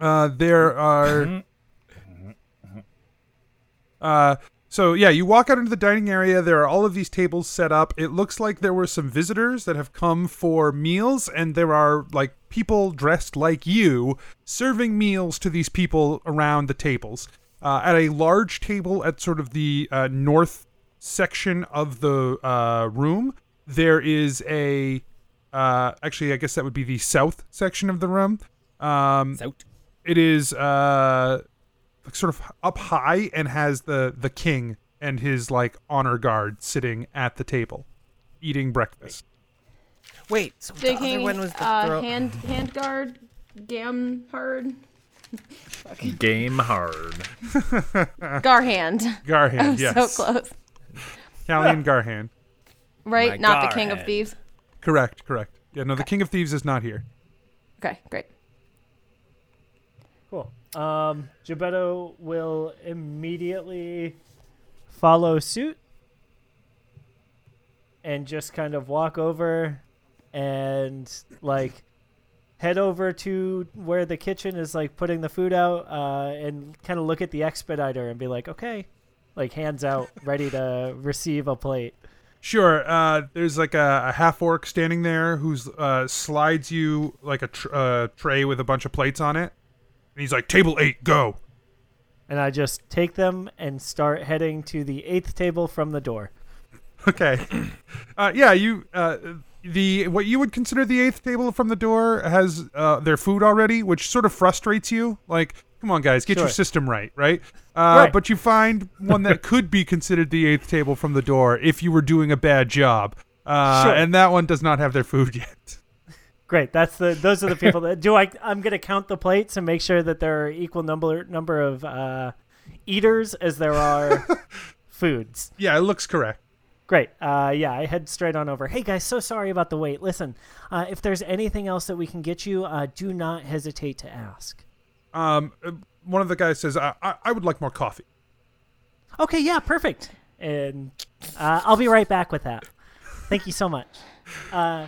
Speaker 1: Uh, there [LAUGHS] are. Uh, so yeah, you walk out into the dining area. There are all of these tables set up. It looks like there were some visitors that have come for meals, and there are like people dressed like you serving meals to these people around the tables. Uh, at a large table at sort of the uh, north section of the uh, room, there is a uh, actually, I guess that would be the south section of the room. Um,
Speaker 8: South.
Speaker 1: It is uh, like sort of up high and has the the king and his like honor guard sitting at the table, eating breakfast.
Speaker 8: Wait, so the other
Speaker 6: Digging
Speaker 8: one was the
Speaker 6: uh,
Speaker 8: throw-
Speaker 6: hand hand guard, gam hard,
Speaker 4: Game hard.
Speaker 8: [LAUGHS]
Speaker 6: Garhand.
Speaker 1: Garhand,
Speaker 6: I'm
Speaker 1: yes.
Speaker 6: Oh, So close. [LAUGHS]
Speaker 1: Italian Garhan.
Speaker 6: Right?
Speaker 8: My
Speaker 6: Not the king
Speaker 8: Garhand.
Speaker 6: of thieves.
Speaker 1: Correct, correct. Yeah, no, the king of thieves is not here.
Speaker 6: Okay, great.
Speaker 3: Cool. Um, Gebetto will immediately follow suit and just kind of walk over and like head over to where the kitchen is like putting the food out uh, and kind of look at the expediter and be like, okay, like hands out, ready to receive a plate.
Speaker 1: Sure. Uh, there's like a, a half orc standing there who's uh, slides you like a tr- uh, tray with a bunch of plates on it, and he's like, "Table eight, go."
Speaker 3: And I just take them and start heading to the eighth table from the door.
Speaker 1: Okay. Uh, yeah, you. Uh, the what you would consider the eighth table from the door has uh, their food already, which sort of frustrates you. Like, come on, guys, get your
Speaker 15: Sure.
Speaker 1: system right, right? Uh,
Speaker 15: Right.
Speaker 1: But you find one [LAUGHS] that could be considered the eighth table from the door if you were doing a bad job, uh,
Speaker 3: Sure.
Speaker 1: and that one does not have their food [LAUGHS] yet.
Speaker 3: Great. That's the those are the people that do I I'm going to count the plates and make sure that there are equal number number of uh eaters as there are foods.
Speaker 1: Yeah, it looks correct.
Speaker 3: Great. Uh yeah, I head straight on over. Hey guys, so sorry about the wait. Listen, uh if there's anything else that we can get you, uh do not hesitate to ask.
Speaker 1: Um, uh, one of the guys says, I, I, "I would like more coffee."
Speaker 3: Okay, yeah, perfect. And uh, I'll be right back with that. Thank you so much. Uh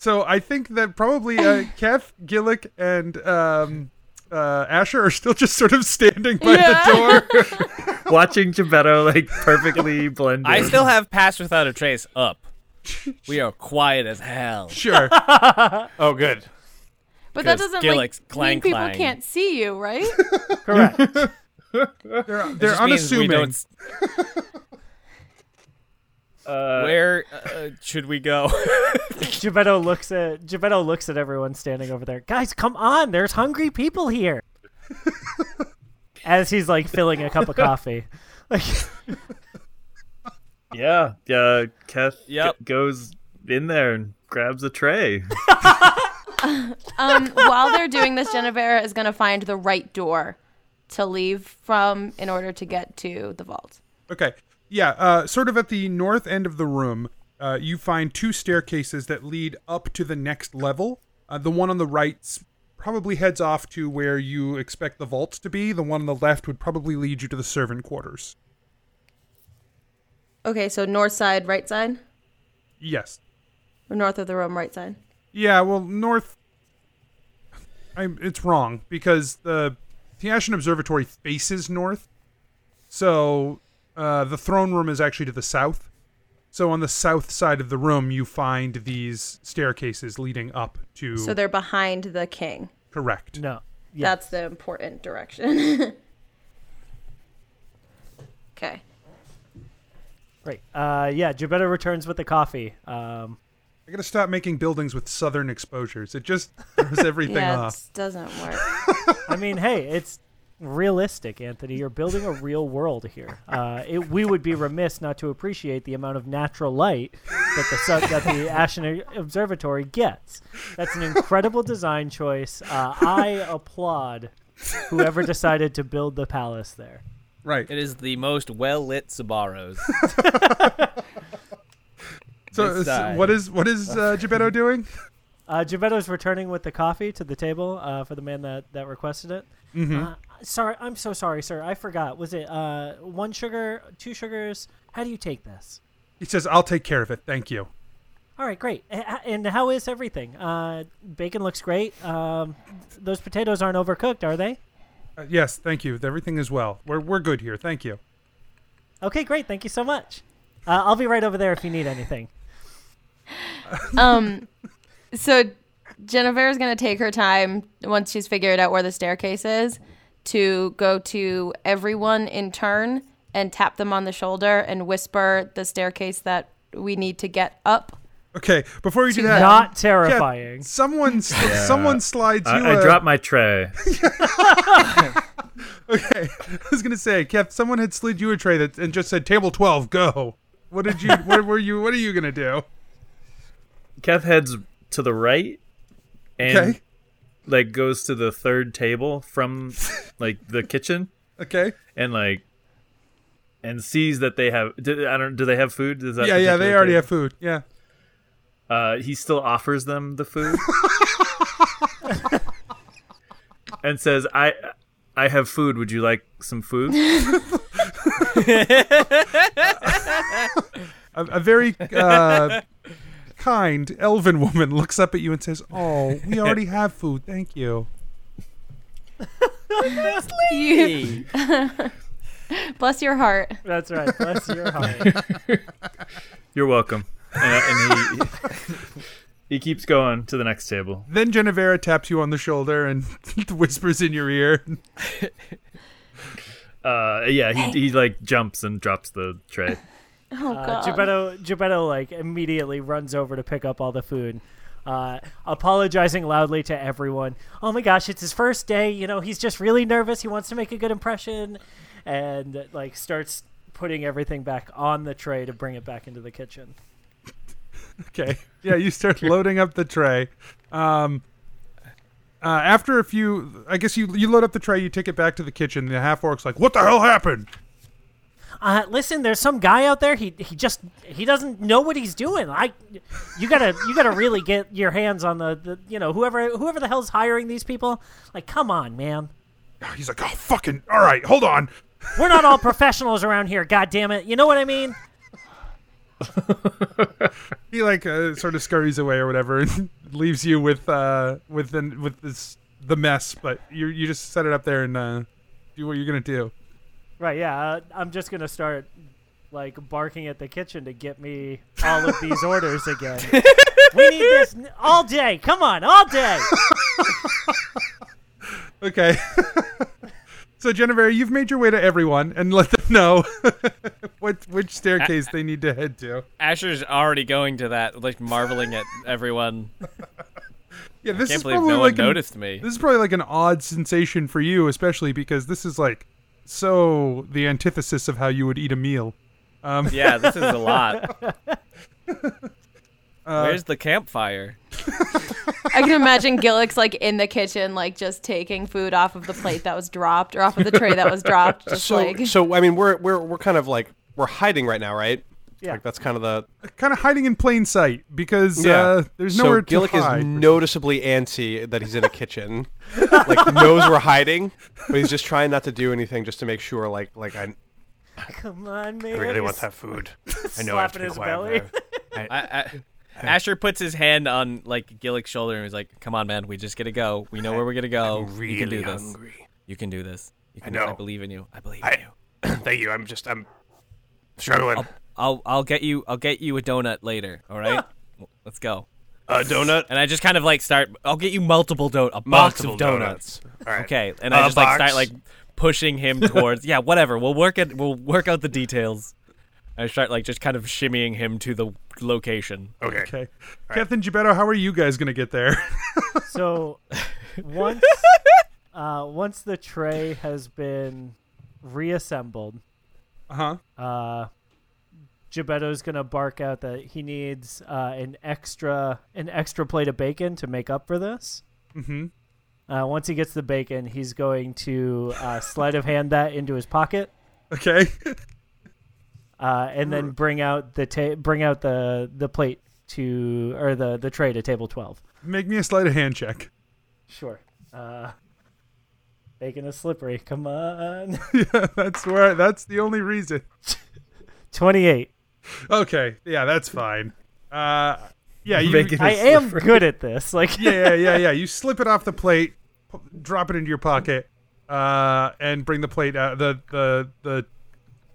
Speaker 1: So I think that probably uh, Kef, Gillick, and um, uh, Asher are still just sort of standing by the door.
Speaker 4: Watching Gebetto
Speaker 1: [LAUGHS]
Speaker 4: like perfectly blend.
Speaker 8: I still have Pass Without a Trace up. We are quiet as hell.
Speaker 1: Sure.
Speaker 16: oh, good.
Speaker 6: But that
Speaker 8: Because
Speaker 6: doesn't
Speaker 8: Gillick's
Speaker 6: like
Speaker 8: clang
Speaker 6: mean people
Speaker 8: clang.
Speaker 6: can't see you,
Speaker 8: [LAUGHS]
Speaker 6: right?
Speaker 3: Correct.
Speaker 1: they're
Speaker 8: It
Speaker 1: they're
Speaker 8: just means we
Speaker 1: unassuming.
Speaker 8: don't s-
Speaker 1: [LAUGHS]
Speaker 8: [LAUGHS] Where uh, should we go? [LAUGHS]
Speaker 3: Gebetto looks at Gebetto looks at everyone standing over there. Guys, come on! There's hungry people here. As he's like filling a cup of coffee. Like,
Speaker 4: Yeah, uh, Keth
Speaker 8: yep.
Speaker 4: goes in there and grabs a
Speaker 1: [LAUGHS]
Speaker 4: tray.
Speaker 6: um, while they're doing this, Genevera is going to find the right door to leave from in order to get to the vault.
Speaker 1: Okay. Yeah. Uh, sort of at the north end of the room, uh, you find two staircases that lead up to the next level. Uh, the one on the right s- probably heads off to where you expect the vault to be. The one on the left would probably lead you to the servant quarters.
Speaker 6: Okay, so north side, right side,
Speaker 1: Yes.
Speaker 6: or north of the room, right side.
Speaker 1: Yeah. Well, north. I'm, it's wrong because the Tiashan Observatory faces north, so uh, the throne room is actually to the south. So on the south side of the room, you find these staircases leading up to.
Speaker 6: So they're behind the king.
Speaker 1: correct.
Speaker 3: No.
Speaker 6: That's the important direction. [LAUGHS] okay.
Speaker 3: right. Uh, yeah. Gebetto returns with the coffee. Um,
Speaker 1: I gotta stop making buildings with southern exposures. It
Speaker 6: [LAUGHS]
Speaker 1: just throws everything off.
Speaker 6: doesn't work.
Speaker 3: I mean, hey, it's realistic, Anthony. You're building a real world here. Uh, it, we would be remiss not to appreciate the amount of natural light that the sun, that the Ashen Observatory gets. That's an incredible design choice. Uh, I applaud whoever decided to build the palace there.
Speaker 1: Right.
Speaker 8: It is the most well
Speaker 1: [LAUGHS]
Speaker 8: lit Sabaros.
Speaker 1: So, so what is what is uh, Gebetto doing?
Speaker 3: Uh, Gebetto's returning with the coffee to the table uh, for the man that, that requested it.
Speaker 1: Mhm.
Speaker 3: Uh, sorry, I'm so sorry, sir. I forgot. Was it uh, one sugar, two sugars? How do you take this?
Speaker 1: He says, "I'll take care of it. Thank you."
Speaker 3: All right, great. A- a- And how is everything? Uh, bacon looks great. Um, those potatoes aren't overcooked, are they?
Speaker 1: Uh, yes, thank you. Everything is well. We're we're good here. Thank you.
Speaker 3: Okay, great. Thank you so much. Uh, I'll be right over there if you need anything.
Speaker 6: um so Jennifer is going to take her time once she's figured out where the staircase is to go to everyone in turn and tap them on the shoulder and whisper the staircase that we need to get up. [LAUGHS]
Speaker 1: Okay, before you do that,
Speaker 3: Not terrifying.
Speaker 1: Yeah, someone, s- someone slides you.
Speaker 4: I,
Speaker 1: a-
Speaker 4: I dropped my tray.
Speaker 1: [LAUGHS] Okay, I was gonna say, Kev, someone had slid you a tray that and just said table twelve, go. What did you? what were you? What are you gonna do?
Speaker 4: Keth heads to the right and
Speaker 1: Okay.
Speaker 4: like goes to the third
Speaker 1: [LAUGHS]
Speaker 4: table from like the kitchen.
Speaker 1: Okay.
Speaker 4: And like and sees that they have do, I don't do they have food? Does that
Speaker 1: yeah, yeah, they
Speaker 4: particular
Speaker 1: already
Speaker 4: table-
Speaker 1: have food. Yeah.
Speaker 4: Uh, he still offers them the food. and says, "I, I have food. Would you like some food?"
Speaker 1: A, a very uh, kind elven woman looks up at you and says, "Oh,
Speaker 4: [LAUGHS]
Speaker 1: we already have food. Thank you."
Speaker 6: You- Bless your heart.
Speaker 3: That's right. Bless your heart.
Speaker 4: You're welcome. And, uh, and he, he keeps going to the next table.
Speaker 1: Then Genevera taps you on the shoulder and [LAUGHS] whispers in your ear.
Speaker 4: Uh, yeah, he, he like jumps and drops the tray.
Speaker 6: Oh
Speaker 3: Uh, Geppetto, Geppetto, like immediately runs over to pick up all the food, uh, apologizing loudly to everyone. Oh my gosh, it's his first day. You know, he's just really nervous. He wants to make a good impression, and like starts putting everything back on the tray to bring it back into the kitchen.
Speaker 1: Okay. [LAUGHS] Yeah, you start loading up the tray. Um, uh, after a few, I guess you you load up the tray, you take it back to the kitchen. The half orc's like, "What the hell happened?"
Speaker 3: Uh, listen, there's some guy out there. He he just he doesn't know what he's doing. I, you gotta you gotta really get your hands on the, the you know whoever whoever the hell's hiring these people. Like, come on, man.
Speaker 1: He's like, "Oh fucking, all right, hold on."
Speaker 3: We're not all professionals around here. God damn it. You know what I mean?
Speaker 1: He like uh, sort of scurries away or whatever, and [LAUGHS] leaves you with uh with the, with this the mess. But you you just set it up there and uh, do what you're gonna do.
Speaker 3: Right, yeah. Uh, I'm just going to start like barking at the kitchen to get me all of these orders [LAUGHS] again. we need this n- all day. Come on, all day.
Speaker 1: Okay. [LAUGHS] so Genevera, you've made your way to everyone and let them know [LAUGHS] what which staircase they need to head to.
Speaker 8: Asher's already going to that, like marveling at everyone.
Speaker 1: Yeah, this
Speaker 8: I can't
Speaker 1: is
Speaker 8: believe
Speaker 1: probably
Speaker 8: no
Speaker 1: like
Speaker 8: one
Speaker 1: an-
Speaker 8: noticed me.
Speaker 1: This is probably like an odd sensation for you, especially because this is like so the antithesis of how you would eat a meal. Um,
Speaker 8: Yeah, this is a
Speaker 11: [LAUGHS]
Speaker 8: lot.
Speaker 1: Uh,
Speaker 8: Where's the campfire?
Speaker 6: I can imagine Gillick's like in the kitchen, like just taking food off of the plate that was dropped or off of the tray that was dropped. Just
Speaker 11: so,
Speaker 6: like
Speaker 11: so I mean, we're we're we're kind of like we're hiding right now, right?
Speaker 3: Yeah.
Speaker 11: Like that's kind of the
Speaker 1: kind of hiding in plain sight because uh, there's
Speaker 11: so
Speaker 1: nowhere
Speaker 11: Gillick
Speaker 1: to hide.
Speaker 11: is noticeably antsy that he's in a kitchen. [LAUGHS] like knows we're hiding, but he's just trying not to do anything just to make sure. Like like I,
Speaker 3: Come on,
Speaker 11: I
Speaker 3: man.
Speaker 11: really want
Speaker 3: [LAUGHS]
Speaker 11: that food. I know I have to
Speaker 3: Slapping
Speaker 11: be
Speaker 3: his
Speaker 11: quiet.
Speaker 3: belly.
Speaker 11: I-
Speaker 8: I,
Speaker 11: [LAUGHS]
Speaker 8: I, Asher puts his hand on like Gillick's shoulder and he's like, "Come on, man, we just gotta go. We know where we're gonna go.
Speaker 11: I'm
Speaker 8: you Oh, can do
Speaker 11: really
Speaker 8: this.
Speaker 11: hungry.
Speaker 8: You can do this. You
Speaker 11: I
Speaker 8: can do this.
Speaker 11: know.
Speaker 8: I believe in you. I believe in
Speaker 11: I,
Speaker 8: you.
Speaker 11: [CLEARS THROAT] thank you. I'm just I'm struggling.
Speaker 8: I'll, I'll I'll get you I'll get you a donut later. All right,
Speaker 11: Ah.
Speaker 8: let's go.
Speaker 11: A Uh, donut?
Speaker 8: And I just kind of like start. I'll get you multiple donut, a box
Speaker 11: Multiple
Speaker 8: of donuts.
Speaker 11: donuts. All right.
Speaker 8: Okay, and
Speaker 11: A
Speaker 8: I just like
Speaker 11: box.
Speaker 8: start like pushing him towards. yeah, whatever. We'll work it. We'll work out the details. I start like just kind of shimmying him to the location.
Speaker 11: Okay.
Speaker 1: Okay. Keth and Gebetto, how are you guys going to get
Speaker 11: [LAUGHS]
Speaker 1: there?
Speaker 3: So once uh, once the tray has been reassembled,
Speaker 1: Uh-huh.
Speaker 3: uh Gebetto's gonna bark out that he needs uh, an extra an extra plate of bacon to make up for this.
Speaker 1: mm-hmm.
Speaker 3: Uh, once he gets the bacon, he's going to uh, sleight of hand that into his pocket,
Speaker 1: Okay. [LAUGHS]
Speaker 3: uh, and then bring out the ta- bring out the the plate to or the the tray to table twelve.
Speaker 1: Make me a sleight of hand check. [LAUGHS]
Speaker 3: Sure. Uh, bacon is slippery. Come on. [LAUGHS]
Speaker 1: yeah, that's where. That's the only reason.
Speaker 3: Twenty eight.
Speaker 1: Okay. Yeah, that's fine. Uh, yeah, you.
Speaker 4: Bacon
Speaker 3: I am good at this. Like
Speaker 1: yeah, yeah, yeah, yeah. You slip it off the plate, p- drop it into your pocket, uh, and bring the plate out, the the the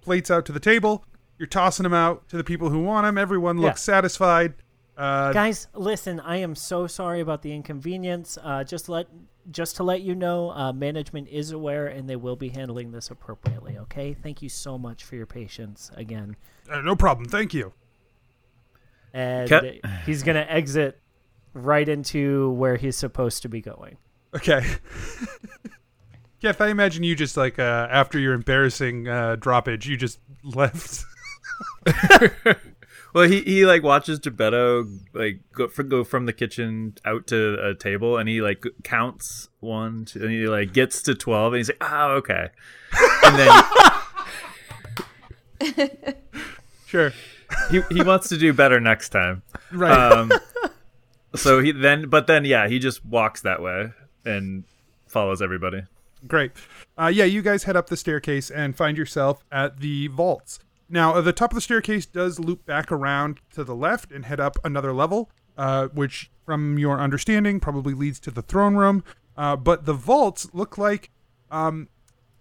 Speaker 1: plates out to the table. You're tossing them out to the people who want them. Everyone
Speaker 3: Yeah.
Speaker 1: looks satisfied. Uh,
Speaker 3: [LAUGHS] guys listen i am so sorry about the inconvenience uh, just let just to let you know uh, management is aware and they will be handling this appropriately okay thank you so much for your patience again
Speaker 1: uh, no problem. Thank you.
Speaker 3: and
Speaker 4: Cut.
Speaker 3: he's gonna exit right into where he's supposed to be going
Speaker 1: Okay. [LAUGHS] Jeff, I imagine you just like uh, after your embarrassing uh, droppage, you just [LAUGHS] left.
Speaker 4: Well, he, he like watches Gebetto like go, fr go from the kitchen out to a table, and he like counts one, two, and he like gets to twelve, and he's like, "Oh, okay." And then
Speaker 1: sure.
Speaker 4: he he wants to do better next time,
Speaker 1: Right.
Speaker 4: Um, so he then, but then, yeah, he just walks that way and follows everybody.
Speaker 1: Great. Uh, yeah, you guys head up the staircase and find yourself at the vaults. Now, uh, the top of the staircase does loop back around to the left and head up another level, uh, which, from your understanding, probably leads to the throne room. Uh, but the vaults look like um,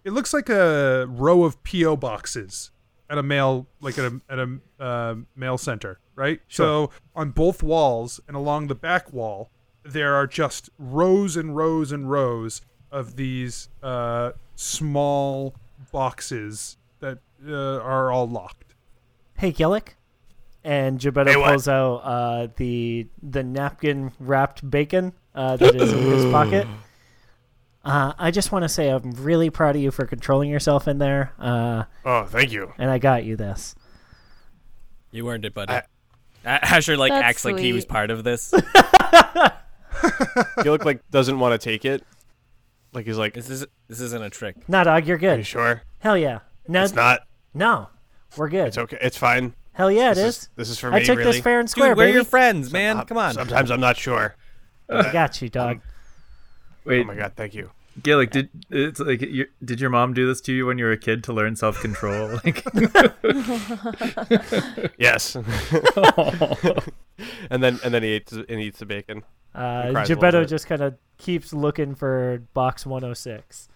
Speaker 1: it looks like a row of PO boxes at a mail like at a at a uh, mail center, right?
Speaker 17: Sure.
Speaker 1: So on both walls and along the back wall, there are just rows and rows and rows of these uh, small boxes that uh, are all locked.
Speaker 3: Hey, Gillick. And Gebetto
Speaker 1: Hey, what?
Speaker 3: pulls out uh, the the napkin wrapped bacon uh, that is in his
Speaker 11: [LAUGHS]
Speaker 3: pocket. Uh, I just want to say I'm really proud of you for controlling yourself in there. Uh,
Speaker 11: Oh, thank you.
Speaker 3: And I got you this.
Speaker 8: You earned it, buddy. A- Asher like
Speaker 3: That's
Speaker 8: acts like he was
Speaker 3: sweet.
Speaker 8: part of this.
Speaker 11: You look like doesn't want to take it. Like he's like
Speaker 8: this is this isn't a trick.
Speaker 3: Nah, dog, you're good.
Speaker 11: you sure?
Speaker 3: Hell yeah. No,
Speaker 11: It's not.
Speaker 3: No, we're good.
Speaker 11: It's okay. It's fine.
Speaker 3: Hell yeah, it
Speaker 11: this
Speaker 3: is.
Speaker 11: This is for
Speaker 3: I
Speaker 11: me.
Speaker 3: took this
Speaker 11: really.
Speaker 3: fair and Dude, square, where are baby. your
Speaker 8: friends, man?
Speaker 11: Come on. Sometimes I'm not sure.
Speaker 3: I got you, dog.
Speaker 4: Wait.
Speaker 11: Oh my god, thank you.
Speaker 4: Gillick, did it's like you, did your mom do this to you when you were a kid to learn self control? [LAUGHS] Like,
Speaker 11: [LAUGHS] Yes. and then and then he eats and he eats the bacon.
Speaker 3: Uh,
Speaker 11: He cries a little
Speaker 3: Gebetto
Speaker 11: bit.
Speaker 3: just kind of keeps looking for box
Speaker 11: [LAUGHS]
Speaker 3: 106.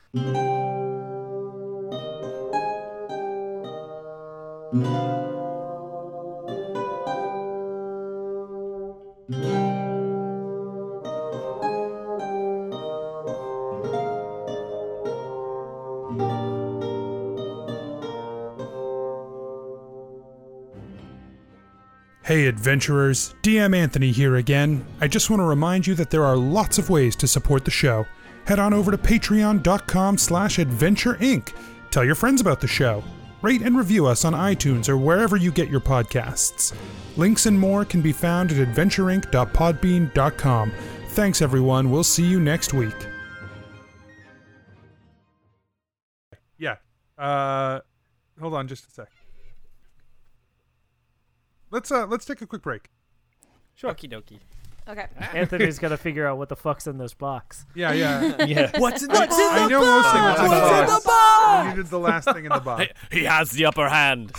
Speaker 17: Hey, adventurers, DM Anthony here again. I just want to remind you that there are lots of ways to support the show. Head on over to patreon.com slash adventure inc. Tell your friends about the show. Rate and review us on iTunes or wherever you get your podcasts. Links and more can be found at adventureinc.podbean.com. Thanks, everyone. We'll see you next week.
Speaker 1: Yeah. Uh, hold on, just a sec. Let's uh, let's take a quick break.
Speaker 8: Sure. Okie dokie.
Speaker 6: Okay.
Speaker 3: Anthony's got to figure out what the fuck's in this box.
Speaker 1: Yeah, yeah.
Speaker 8: What's in
Speaker 1: I
Speaker 8: the
Speaker 1: know most things
Speaker 8: box?
Speaker 1: in the
Speaker 8: What's in
Speaker 1: box.
Speaker 8: the box?
Speaker 1: You did the last thing in the box.
Speaker 8: He has the upper hand.